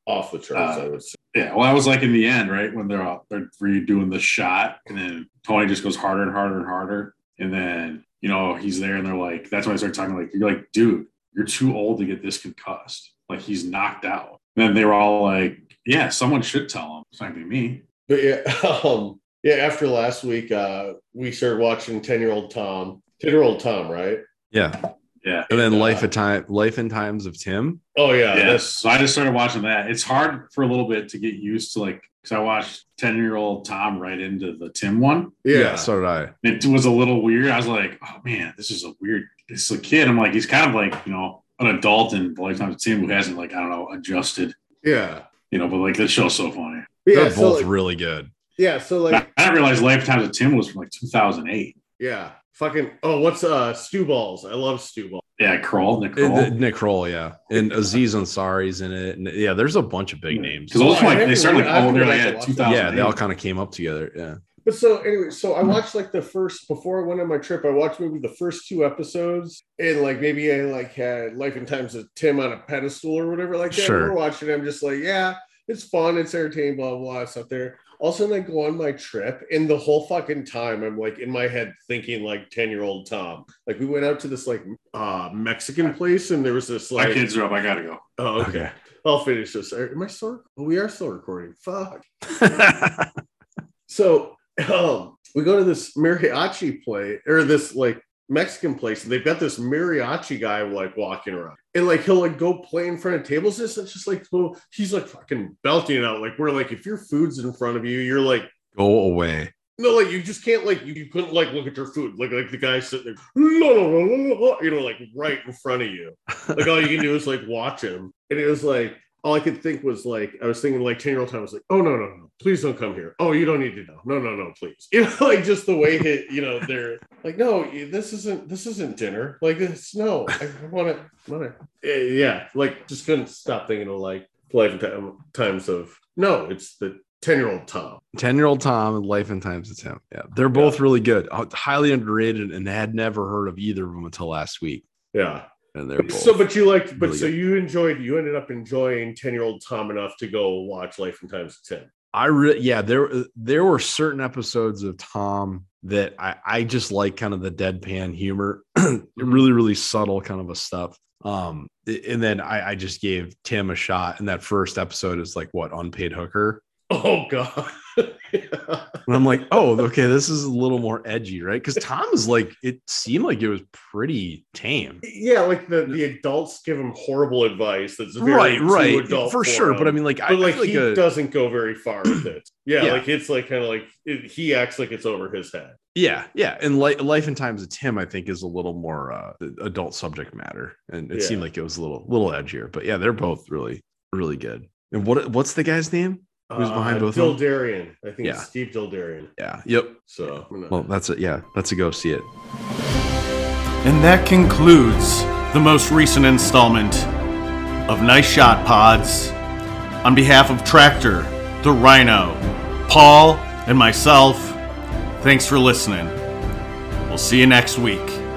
[SPEAKER 7] off the charts,
[SPEAKER 2] Uh,
[SPEAKER 7] I would say.
[SPEAKER 2] Yeah, well, I was like in the end, right when they're out, they're redoing the shot, and then Tony just goes harder and harder and harder, and then you know he's there, and they're like, that's when I started talking like, you're like, dude, you're too old to get this concussed. Like he's knocked out. And then they were all like, yeah, someone should tell him. It's not gonna be me.
[SPEAKER 7] But yeah, um, yeah, after last week, uh, we started watching 10 year old Tom, 10 year old Tom, right?
[SPEAKER 3] yeah,
[SPEAKER 2] Yeah.
[SPEAKER 3] and then
[SPEAKER 7] And, uh,
[SPEAKER 3] life of time, life and times of Tim.
[SPEAKER 7] Oh, yeah.
[SPEAKER 2] yeah,
[SPEAKER 7] that's-
[SPEAKER 2] so Uh, I just started watching that. It's hard for a little bit to get used to, like, because I watched ten-year-old Tom right into the Tim one.
[SPEAKER 7] yeah.
[SPEAKER 3] so did I.
[SPEAKER 2] it was a little weird. I was like, oh man, this is a weird. This is a kid. I'm like, he's kind of like you know an adult in the lifetime of Tim who hasn't like I don't know adjusted.
[SPEAKER 7] yeah.
[SPEAKER 2] You know, but like this show's so funny.
[SPEAKER 7] Yeah,
[SPEAKER 3] They're
[SPEAKER 7] so,
[SPEAKER 3] both
[SPEAKER 7] like-
[SPEAKER 3] really good.
[SPEAKER 7] yeah. So, like,
[SPEAKER 2] I didn't realize Lifetime of Tim was from like 2008.
[SPEAKER 7] yeah. Fucking, oh, what's uh, Stew Balls? I love Stew Balls.
[SPEAKER 2] Yeah, Kroll, Nick
[SPEAKER 3] And, uh,
[SPEAKER 2] Kroll.
[SPEAKER 3] Nick Kroll, yeah, and Aziz Ansari's in it. And, yeah, there's a bunch of big names.
[SPEAKER 2] Because those
[SPEAKER 7] Oh, I
[SPEAKER 2] like they
[SPEAKER 7] haven't
[SPEAKER 2] started like
[SPEAKER 7] really- I
[SPEAKER 2] oh they're like
[SPEAKER 7] haven't
[SPEAKER 2] at
[SPEAKER 7] watched
[SPEAKER 2] 2008.
[SPEAKER 3] Yeah, they all kind of came up together. Yeah,
[SPEAKER 7] But so anyway, so I watched like the first before I went on my trip. I watched maybe the first two episodes, and like maybe I like had Life and Times of Tim on a pedestal or whatever like that.
[SPEAKER 3] Sure.
[SPEAKER 7] We're watching. I'm just like, yeah, it's fun, it's entertaining, blah blah. It's up there. All of a sudden, I go on my trip, and the whole fucking time, I'm like in my head thinking like ten year old Tom. Like we went out to this like uh Mexican place, and there was this
[SPEAKER 2] My
[SPEAKER 7] like
[SPEAKER 2] kids are up. I gotta go.
[SPEAKER 7] Oh, okay. I'll finish this. Am I still? Oh, we are still recording. Fuck. So um, we go to this mariachi play or this like Mexican place, and they've got this mariachi guy like walking around, and like he'll like go play in front of tables. This it's just like well, he's like fucking belting it out. Like we're like, if your food's in front of you, you're like.
[SPEAKER 3] go away.
[SPEAKER 7] No, like you just can't like you, you couldn't like look at your food. Like like the guy sitting there, la, la, la, la, la, you know, like right in front of you. Like all you can do is like watch him. And it was like all I could think was like I was thinking like 10 year old time I was like, oh no, no, no, please don't come here. Oh, you don't need to know. No, no, no, please. You know, like just the way he, you know, they're like, no, you- this isn't this isn't dinner. Like this, no, I wanna wanna Eh, yeah, like just couldn't stop thinking of like life and time, times of no, it's the 10 year old Tom.
[SPEAKER 3] Ten-year-old Tom and Life and Times of Tim. Yeah, they're both really good, Uh, highly underrated, and had never heard of either of them until last week.
[SPEAKER 7] Yeah.
[SPEAKER 3] And they're both.
[SPEAKER 7] So, but you liked, but
[SPEAKER 3] really
[SPEAKER 7] so
[SPEAKER 3] good.
[SPEAKER 7] you enjoyed, you ended up enjoying 10 year old Tom enough to go watch Life and Times of Tim.
[SPEAKER 3] I re- yeah, there there were certain episodes of Tom that I I just like kind of the deadpan humor,
[SPEAKER 7] Mm-hmm.
[SPEAKER 3] really really subtle kind of a stuff. Um, a- and then I I just gave Tim a shot, and that first episode is like what unpaid hooker.
[SPEAKER 7] Oh, God.
[SPEAKER 3] And I'm like, oh, okay, this is a little more edgy, right? Because Tom is like, it seemed like it was pretty tame.
[SPEAKER 7] yeah, like the, the adults give him horrible advice. That's very
[SPEAKER 3] Right,
[SPEAKER 7] too
[SPEAKER 3] right.
[SPEAKER 7] adult
[SPEAKER 3] For sure.
[SPEAKER 7] him.
[SPEAKER 3] But I mean, like, I
[SPEAKER 7] but like,
[SPEAKER 3] feel like
[SPEAKER 7] he
[SPEAKER 3] a,
[SPEAKER 7] doesn't go very far with it. Yeah,
[SPEAKER 3] Yeah.
[SPEAKER 7] like it's like kind of like it, he acts like it's over his head.
[SPEAKER 3] yeah, yeah. And li- Life and Times of Tim, I think, is a little more uh, adult subject matter. And it
[SPEAKER 7] Yeah.
[SPEAKER 3] seemed like it was a little, little edgier. But yeah, they're both really, really good. And what what's the guy's name? Who's behind both of them?
[SPEAKER 7] Dildarian. Uh, I think
[SPEAKER 3] Yeah.
[SPEAKER 7] it's Steve Dildarian.
[SPEAKER 3] Yeah. Yep.
[SPEAKER 7] So I'm gonna-
[SPEAKER 3] Well, that's it. Yeah, that's a go see it.
[SPEAKER 1] And that concludes the most recent installment of Nice Shot Pods. On behalf of Tractor, the Rhino, Paul, and myself, thanks for listening. We'll see you next week.